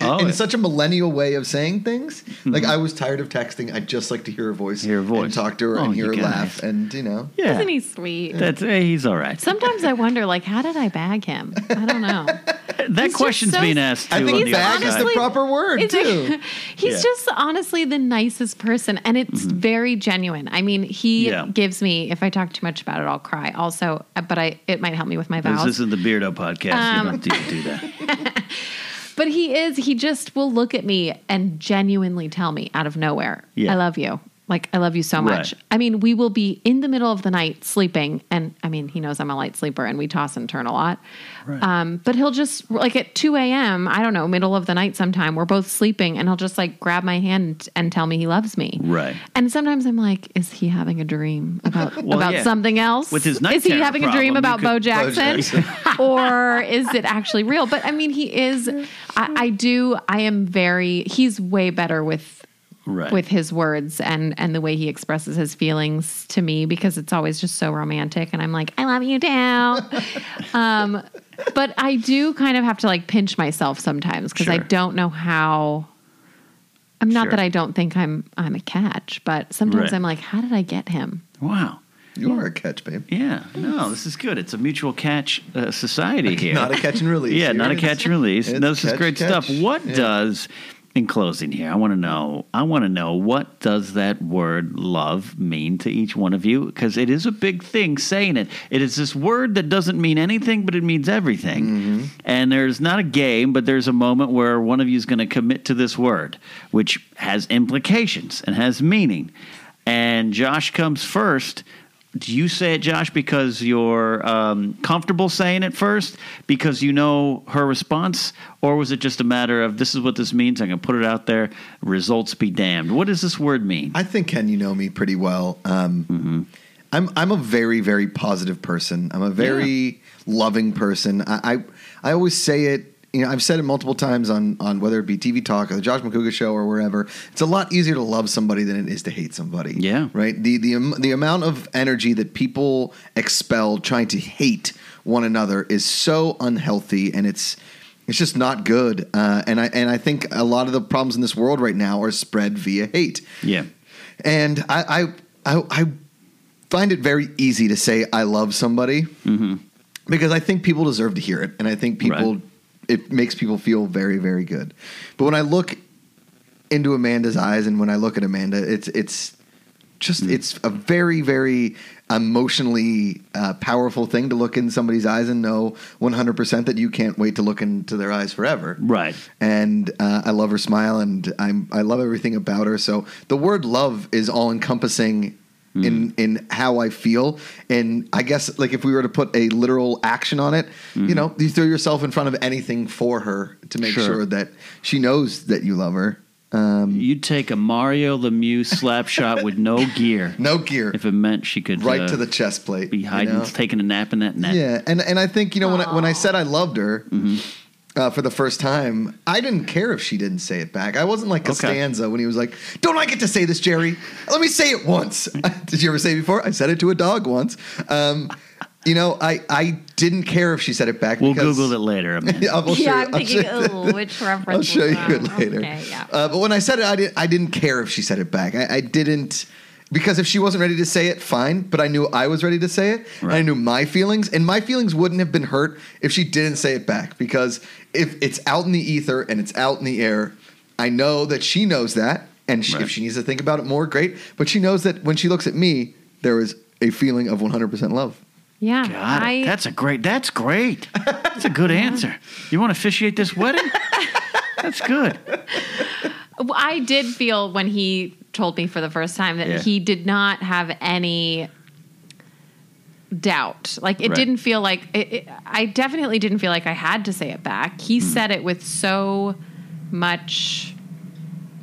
S2: Oh,
S4: in
S2: yeah.
S4: such a millennial way of saying things. Like I was tired of texting. I just like to hear her voice.
S2: Hear her voice.
S4: And talk to her
S2: Oh,
S4: and hear
S2: you
S4: her
S2: guys.
S4: laugh. And you know.
S2: Yeah.
S3: Isn't he sweet?
S2: That's eh, he's all right.
S3: Sometimes I wonder, like, how did I bag him? I don't know.
S2: that
S3: just
S2: question's
S3: so-
S2: being asked too.
S4: I
S2: on
S4: think
S2: the other
S4: bag is the
S2: side.
S3: honestly-
S4: proper word
S3: It's like-
S4: too.
S3: he's
S2: Yeah. Mm-hmm.
S3: just honestly the nicest person, and it's very genuine. I mean, he
S2: Yeah.
S3: gives me. If I talk too much about it, I'll cry. Also, uh, but I it might help me with my
S2: This
S3: vows.
S2: isn't the Beardo podcast.
S3: Um,
S2: you don't have to do that.
S3: but he is. He just will look at me and genuinely tell me out of nowhere,
S2: Yeah.
S3: "I love you." Like I love you so
S2: Right.
S3: much. I mean, we will be in the middle of the night sleeping, and I mean, he knows I'm a light sleeper, and we toss and turn a lot. Um, but he'll just like at 2 a.m. I don't know, middle of the night sometime. We're both sleeping, and he'll just like grab my hand and tell me he loves me.
S2: Right.
S3: And sometimes I'm like, is he having a dream about
S2: Well,
S3: about
S2: yeah.
S3: something else?
S2: With his night
S3: is he
S2: terror
S3: having a
S2: problem,
S3: dream
S2: you
S3: about
S2: could-
S3: Bo Jackson, or is it actually real? But I mean, he is. I, I do. I am very. He's way better with
S2: Right.
S3: with his words and and the way he expresses his feelings to me because it's always just so romantic and I'm like I love you too. um, but I do kind of have to like pinch myself sometimes because I
S2: Sure.
S3: don't know how. I'm not
S2: Sure.
S3: that I don't think I'm I'm a catch, but sometimes
S2: Right.
S3: I'm like, how did I get him?
S2: Wow.
S4: You are a catch, babe.
S2: Yeah. No, this is good. It's a mutual catch uh, society here.
S4: Not a catch and release.
S2: Yeah,
S4: Here
S2: not a
S4: it is.
S2: catch and release.
S4: It's
S2: No, this is
S4: catch,
S2: great
S4: catch.
S2: stuff. What does in closing here? I want to know. I want to know what does that word "love" mean to each one of you? Because it is a big thing saying it. It is this word that doesn't mean anything, but it means everything.
S4: Mm-hmm.
S2: And there's not a game, but there's a moment where one of you is going to commit to this word, which has implications and has meaning. And Josh comes first. Do you say it, Josh, because you're um, comfortable saying it first, because you know her response, or was it just a matter of this is what this means? I'm going to put it out there. Results be damned. What does this word mean?
S4: I think Ken, you know me pretty well. Um, I'm I'm a very very positive person. I'm a very loving person. I, I I always say it. You know, I've said it multiple times on on whether it be TV Talk or the Josh McCougar Show or wherever. It's a lot easier to love somebody than it is to hate somebody.
S2: Yeah.
S4: right. The the am- the amount of energy that people expel trying to hate one another is so unhealthy, and it's. It's just not good, uh, and I and I think a lot of the problems in this world right now are spread via hate.
S2: yeah.
S4: And I, I, I, I find it very easy to say I love somebody because I think people deserve to hear it, and I think people
S2: Mm-hmm. Right.
S4: it makes people feel very, very good. But when I look into Amanda's eyes and when I look at Amanda, it's it's just
S2: Mm.
S4: it's a very very emotionally uh, powerful thing to look in somebody's eyes and know 100% that you can't wait to look into their eyes forever
S2: Right.
S4: and uh, i love her smile and i'm i love everything about her so the word love is all encompassing
S2: Hmm.
S4: in in how i feel and i guess like if we were to put a literal action on it you know you throw yourself in front of anything for her to make
S2: Hmm. Sure.
S4: sure, that she knows that you love her
S2: You'd take a Mario Lemieux slap shot with no gear
S4: no gear
S2: if it meant she could
S4: right
S2: uh,
S4: to the chest plate
S2: be
S4: you
S2: hiding,
S4: know?
S2: taking a nap in that Mm-hmm. net.
S4: Yeah, and and I think you know when I, when I said I loved her uh, for the first time, I didn't care if she didn't say it back. I wasn't like Costanza when he was like, "Don't I get to say this, Jerry? Let me say it once." Did you ever say it before? I said it to a dog once. Um, you know, I I didn't care if she said it back.
S2: We'll
S4: because-
S2: Google it later. I mean.
S4: Yeah, I'll show
S5: yeah,
S4: you-
S5: I'm
S4: I'll show
S5: thinking,
S4: you-
S5: oh, which reference?
S4: I'll show
S5: was
S4: you it
S5: that?
S4: later.
S5: Okay, yeah.
S4: Uh, but when I said it, I didn't. I didn't care if she said it back. I, I didn't because if she wasn't ready to say it, fine. But I knew I was ready to say it. and I
S2: Right.
S4: knew my feelings, and my feelings wouldn't have been hurt if she didn't say it back. Because if it's out in the ether and it's out in the air, I know that she knows that, and she,
S2: Right.
S4: if she needs to think about it more, great. But she knows that when she looks at me, there is a feeling of 100% love.
S3: Yeah.
S2: Got it.
S3: I,
S2: That's a great. That's great. That's a good answer. You want to officiate this wedding? That's good.
S3: Well, I did feel when he told me for the first time that
S2: Yeah.
S3: he did not have any doubt. Like it
S2: Right.
S3: didn't feel like it, it, I definitely didn't feel like I had to say it back. He
S2: Hmm.
S3: said it with so much.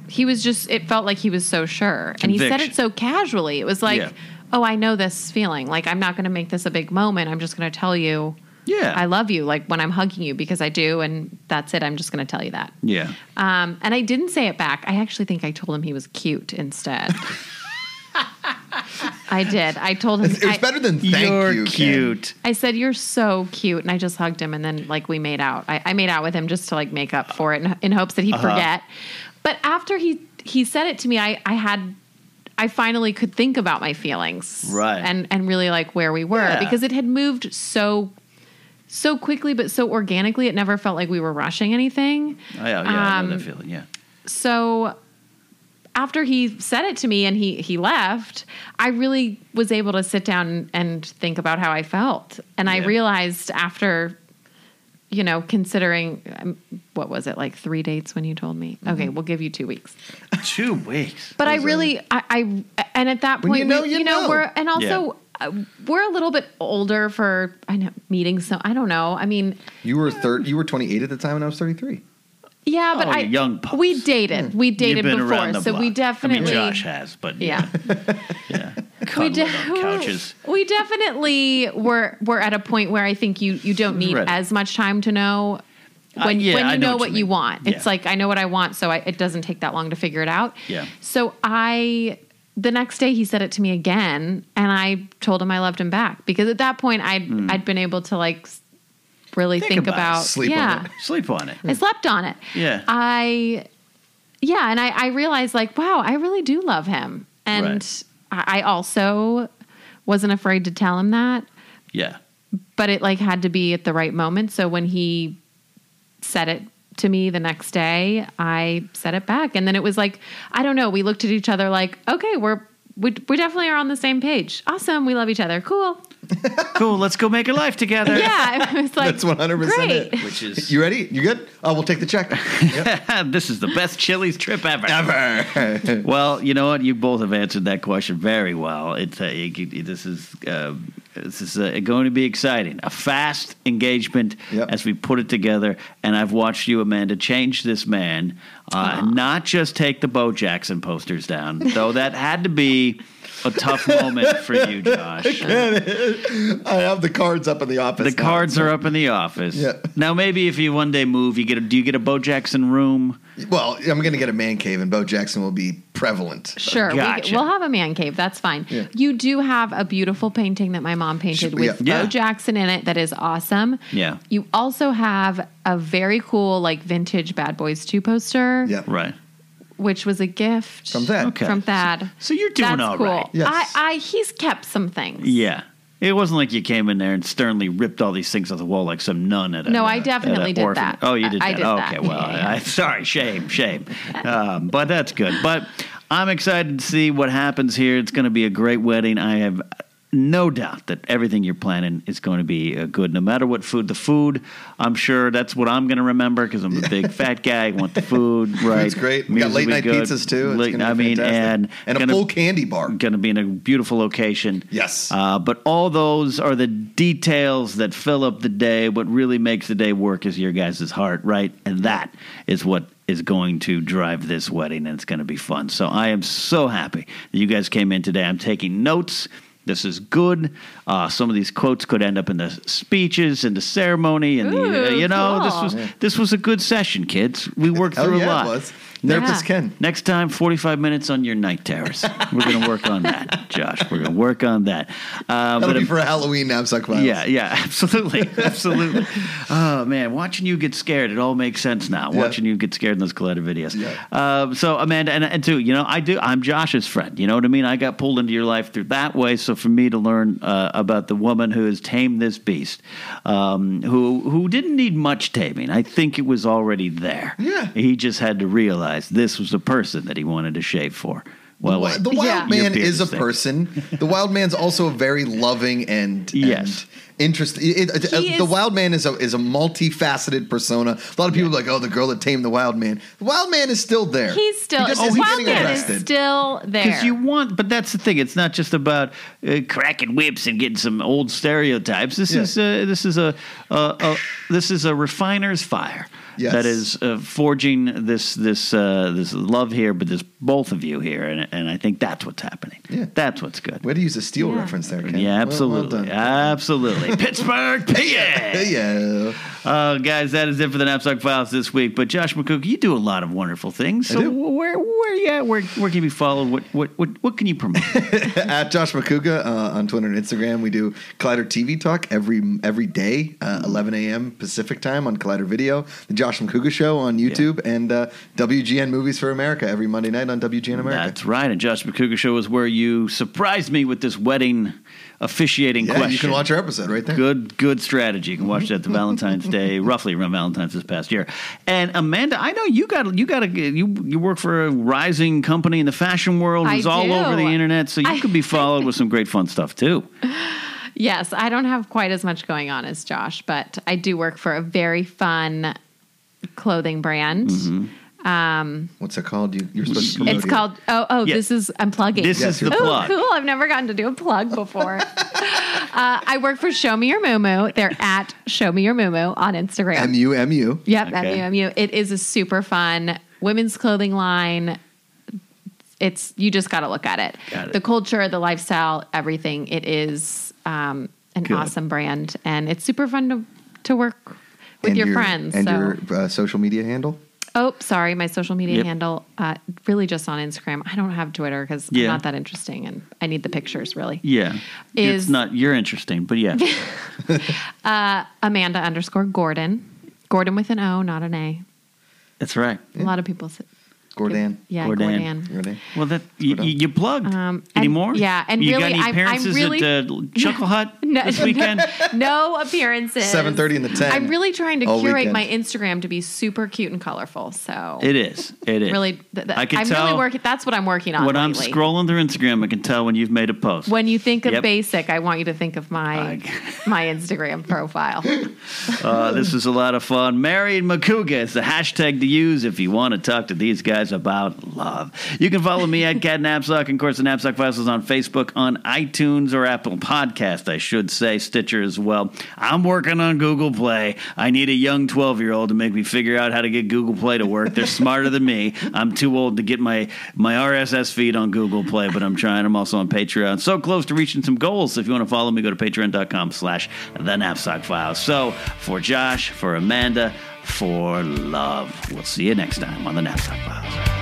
S3: He was just. It felt like he was so sure, and he said
S2: Conviction.
S3: it so casually. It was like,
S2: Yeah.
S3: "Oh, I know this feeling. Like I'm not going to make this a big moment. I'm just going to tell you."
S2: Yeah.
S3: I love you, like when I'm hugging you because I do, and that's it. I'm just going to tell you that.
S2: Yeah.
S3: Um, and I didn't say it back. I actually think I told him he was cute instead. I did. I told him.
S4: It's,
S3: I,
S4: it's better than thank
S2: You're
S4: you, Ken.
S2: cute.
S3: I said, "You're so cute," and I just hugged him, and then like we made out. I, I made out with him just to like make up for it, in, in hopes that he'd
S2: Uh-huh.
S3: forget. But after he he said it to me, I I had I finally could think about my feelings,
S2: Right.
S3: and and really like where we were
S2: Yeah.
S3: because it had moved so so quickly, but so organically. It never felt like we were rushing anything.
S2: Oh, yeah, yeah I know
S3: Um,
S2: that feeling. Yeah.
S3: so after he said it to me and he he left, I really was able to sit down and think about how I felt. And I
S2: Yeah.
S3: realized after you know, considering um, what was it like three dates when you told me?
S2: Mm-hmm.
S3: Okay, we'll give you two weeks.
S2: Two weeks.
S3: But I
S4: Those are-
S3: really, I, I, and at that
S4: When
S3: point,
S4: you know,
S3: we,
S4: you know.
S3: we're and also uh, we're a little bit older for I know meeting. So I don't know. I mean,
S4: You were thir- You were 28 at the time, and I was 33.
S3: yeah, but
S2: Oh,
S3: I
S2: young pups. Hmm.
S3: we dated, we dated before, so we definitely
S2: I mean, Josh has, but yeah,
S3: yeah.
S2: yeah.
S3: we
S2: Cuddled on couches.
S3: we definitely were were at a point where I think you you don't need
S2: Right.
S3: as much time to know
S2: Uh,
S3: when,
S2: yeah,
S3: when
S2: I
S3: you
S2: know
S3: know,
S2: what
S3: what
S2: you
S3: you,
S2: mean.
S3: want. It's
S2: Yeah.
S3: like I know what I want, so I, it doesn't take that long to figure it out.
S2: Yeah.
S3: So I the next day he said it to me again, and I told him I loved him back because at that point I'd I'd been able to like s- really
S2: Hmm. Think
S3: think,
S2: about
S3: about,
S2: it, Hmm.
S4: sleep on
S3: yeah. Um,
S4: it.
S2: Sleep on it.
S3: I slept on it.
S2: Yeah.
S3: I, yeah, and I, I realized like, wow, I really do love him, and
S2: Right.
S3: I, I also wasn't afraid to tell him that,
S2: Yeah.
S3: but it like had to be at the right moment. So when he said it to me the next day, I said it back, and then it was like, I don't know. We looked at each other like, okay, we're we, we definitely are on the same page. Awesome, we love each other. Cool.
S2: Cool. Let's go make a life together.
S3: Yeah, it was like
S4: That's 100% it.
S3: Great.
S2: Which is
S4: You ready? You good? Oh, we'll take the check.
S2: this is the best Chili's trip ever. well, you know what? You both have answered that question very well. It's uh, it, it- this is uh, this is uh, going to be exciting. A fast engagement
S4: Yep.
S2: as we put it together, and I've watched you, Amanda, change this man.
S4: Ah.
S2: Uh, not just take the Bo Jackson posters down, though that had to be a tough moment for you, Josh.
S4: I have the cards up in the office.
S2: The
S4: now.
S2: cards are up in the office.
S4: Yeah.
S2: Now maybe if you one day move, you get a do you get a Bo Jackson room?
S4: Well, I'm going to get a man cave, and Bo Jackson will be prevalent.
S3: Sure,
S2: Gotcha.
S3: we, we'll have a man cave. That's fine.
S4: Yeah.
S3: You do have a beautiful painting that my mom painted
S4: Sh-
S3: with
S4: yeah.
S2: Yeah.
S3: Bo Jackson in it. That is awesome.
S2: Yeah.
S3: You also have a very cool like vintage Bad Boys Two poster.
S4: Yeah.
S2: Right.
S3: which was a gift
S4: From Thad.
S2: Okay.
S3: From Thad.
S2: So you're doing
S3: That's
S2: all
S3: cool.
S2: right.
S4: Yes.
S3: I, I he's kept some things.
S2: Yeah. It wasn't like you came in there and sternly ripped all these things off the wall like some nun at a at
S3: No, I
S2: a-
S3: definitely
S2: at a
S3: did
S2: orphan-
S3: that.
S2: Oh, you did
S3: I- I
S2: that.
S3: did
S2: okay,
S3: that.
S2: well,
S3: Yeah, yeah.
S2: I, sorry, shame, shame, um, but that's good. But I'm excited to see what happens here. It's going to be a great wedding. I have no doubt that everything you're planning is going to be uh, good, no matter what food. The food, I'm sure that's what I'm going to remember because I'm a big fat guy. I want the food right.
S4: It's great. We got
S2: Meals will
S4: late
S2: be
S4: night
S2: good.
S4: pizzas too. It's
S2: Late-
S4: gonna
S2: I
S4: be
S2: mean, and
S4: fantastic. and
S2: gonna-
S4: a full candy bar.
S2: Going to be in a beautiful location.
S4: Yes.
S2: Uh, but all those are the details that fill up the day. What really makes the day work is your guys' heart, right? And that is what is going to drive this wedding, and it's going to be fun. So I am so happy that you guys came in today. I'm taking notes. This is good. Uh, some of these quotes could end up in the speeches and the ceremony, and the, uh,
S3: Ooh,
S2: you know
S3: cool.
S2: this was this was a good session, kids. We worked
S4: Hell
S2: through
S4: yeah,
S2: a lot.
S4: it was.
S2: Next-
S4: Therapist Ken.
S2: Next time, 45 minutes on your night terrace. We're going to work on that, Josh. We're going to work on that. Uh,
S4: That'll
S2: but
S4: be
S2: um,
S4: for a Halloween knapsack files.
S2: yeah, yeah, absolutely. Absolutely. oh, man. Watching you get scared, it all makes sense now.
S4: Yeah.
S2: Watching you get scared in those collider videos.
S4: Yeah.
S2: Um, so, Amanda, and, and too, you know, I do, I'm Josh's friend. You know what I mean? I got pulled into your life through that way. So, for me to learn uh, about the woman who has tamed this beast, um, who, who didn't need much taming, I think it was already there.
S4: Yeah.
S2: He just had to realize this was the person that he wanted to shave for. Well, wait.
S4: the wild
S3: Yeah.
S2: Your
S4: man
S2: beard
S4: is a
S2: is thick.
S4: person. The wild man's also a very loving and
S2: Yes.
S4: and interesting. It, it-
S3: He
S4: uh,
S3: is-
S4: the wild man is a is a multifaceted persona. A lot of people are like, oh, the girl that tamed the wild man. The wild man is still there.
S3: He's still,
S4: He just
S3: oh,
S4: isn't
S3: Wild
S4: getting
S3: Man is
S4: arrested.
S3: still there.
S2: Because you want, but that's the thing. It's not just about uh, cracking whips and getting some old stereotypes. This
S4: Yeah.
S2: is uh, this is a, a, a this is a refiner's fire
S4: Yes.
S2: that is uh, forging this this uh, this love here, but there's both of you here, and and I think that's what's happening.
S4: Yeah.
S2: that's what's good.
S4: Way to use a steel
S3: Yeah.
S4: reference there, Ken. Well-
S2: yeah,
S4: well
S2: absolutely, Ah.
S4: done.
S2: absolutely. Pittsburgh, PA.
S4: yeah.
S2: Uh, guys, that is it for the Knapsack Files this week. But Josh McCook, you do a lot of wonderful things. So
S4: do.
S2: where where you at? Where where can you be followed? What what what, what can you promote?
S4: at Josh McCuga uh, on Twitter and Instagram. We do Collider TV Talk every every day, uh, 11 a.m. Pacific time on Collider Video. The Josh McCuga Show on YouTube and uh, WGN Movies for America every Monday night on WGN America.
S2: That's right. And Josh McCougar Show is where you surprised me with this wedding officiating
S4: yeah,
S2: question.
S4: you can watch our episode right there.
S2: Good, good strategy. You can watch that the Valentine's Day, roughly around Valentine's this past year. And Amanda, I know you got you got a you you work for a rising company in the fashion world
S3: I
S2: who's all
S3: do.
S2: over the internet, so you
S3: I-
S2: could be followed with some great fun stuff too.
S3: Yes, I don't have quite as much going on as Josh, but I do work for a very fun clothing brand.
S2: Mm-hmm.
S3: Um,
S4: What's it called? You, you're supposed to promote
S3: it's
S4: it.
S3: called oh oh
S2: Yeah.
S3: this is I'm plugging.
S2: This is
S4: Yes,
S2: the
S4: you're-
S3: Ooh,
S2: plug.
S3: cool. I've never gotten to do a plug before. uh, I work for Show Me Your Momo. They're at Show Me Your Momo on Instagram.
S4: MU MU.
S3: Yep,
S2: Okay.
S3: MUMU. It is a super fun women's clothing line. It's you just got to look at it.
S2: Got it.
S3: The culture, the lifestyle, everything. It is um, an
S2: Good.
S3: awesome brand, and it's super fun to to work with
S4: And
S3: your, friends.
S4: and
S3: so,
S4: your uh, social media handle.
S3: oh, sorry, my social media
S2: Yep.
S3: handle uh, really just on Instagram. I don't have Twitter because
S2: Yeah.
S3: I'm not that interesting, and I need the pictures really.
S2: Yeah, it's
S3: Is-
S2: not you're interesting, but yeah,
S3: Amanda underscore Gordon, Gordon with an O, not an A.
S2: that's right.
S3: A lot of people. Say,
S4: Gordon.
S3: Yeah,
S2: Gordon.
S3: Gordon.
S4: Gordon.
S2: Well, that you,
S4: done.
S2: you plugged
S3: Um, and-
S2: anymore.
S3: yeah, and
S2: you got
S3: really,
S2: any
S3: I'm- I'm
S2: appearances
S3: really-
S2: at uh, Chuckle Hut
S3: No.
S2: this weekend?
S3: no appearances.
S4: 7:30 and the 10.
S3: I'm really trying to
S4: All
S3: curate
S4: weekend.
S3: my Instagram to be super cute and colorful. So
S2: It is. It is.
S3: really, th- th-
S2: I can
S3: I'm
S2: tell
S3: really working. That's what I'm working on.
S2: when I'm
S3: lately.
S2: scrolling through Instagram. I can tell when you've made a post.
S3: When you think of
S2: Yep.
S3: basic, I want you to think of my
S2: I-
S3: my Instagram profile.
S2: uh, this was a lot of fun. Marion Makuga is the hashtag to use if you want to talk to these guys about love. You can follow me at Cat Knapsack and of course the Knapsack Files is on Facebook, on iTunes or Apple Podcast, I should say, Stitcher as well. I'm working on Google Play. I need a young 12 year old to make me figure out how to get Google Play to work. They're smarter than me. I'm too old to get my my RSS feed on Google Play, but I'm trying. I'm also on Patreon. So close to reaching some goals. If you want to follow me, go to patreon.com slash the knapsack files. So for Josh, for Amanda, for love. We'll see you next time on the knapsack files.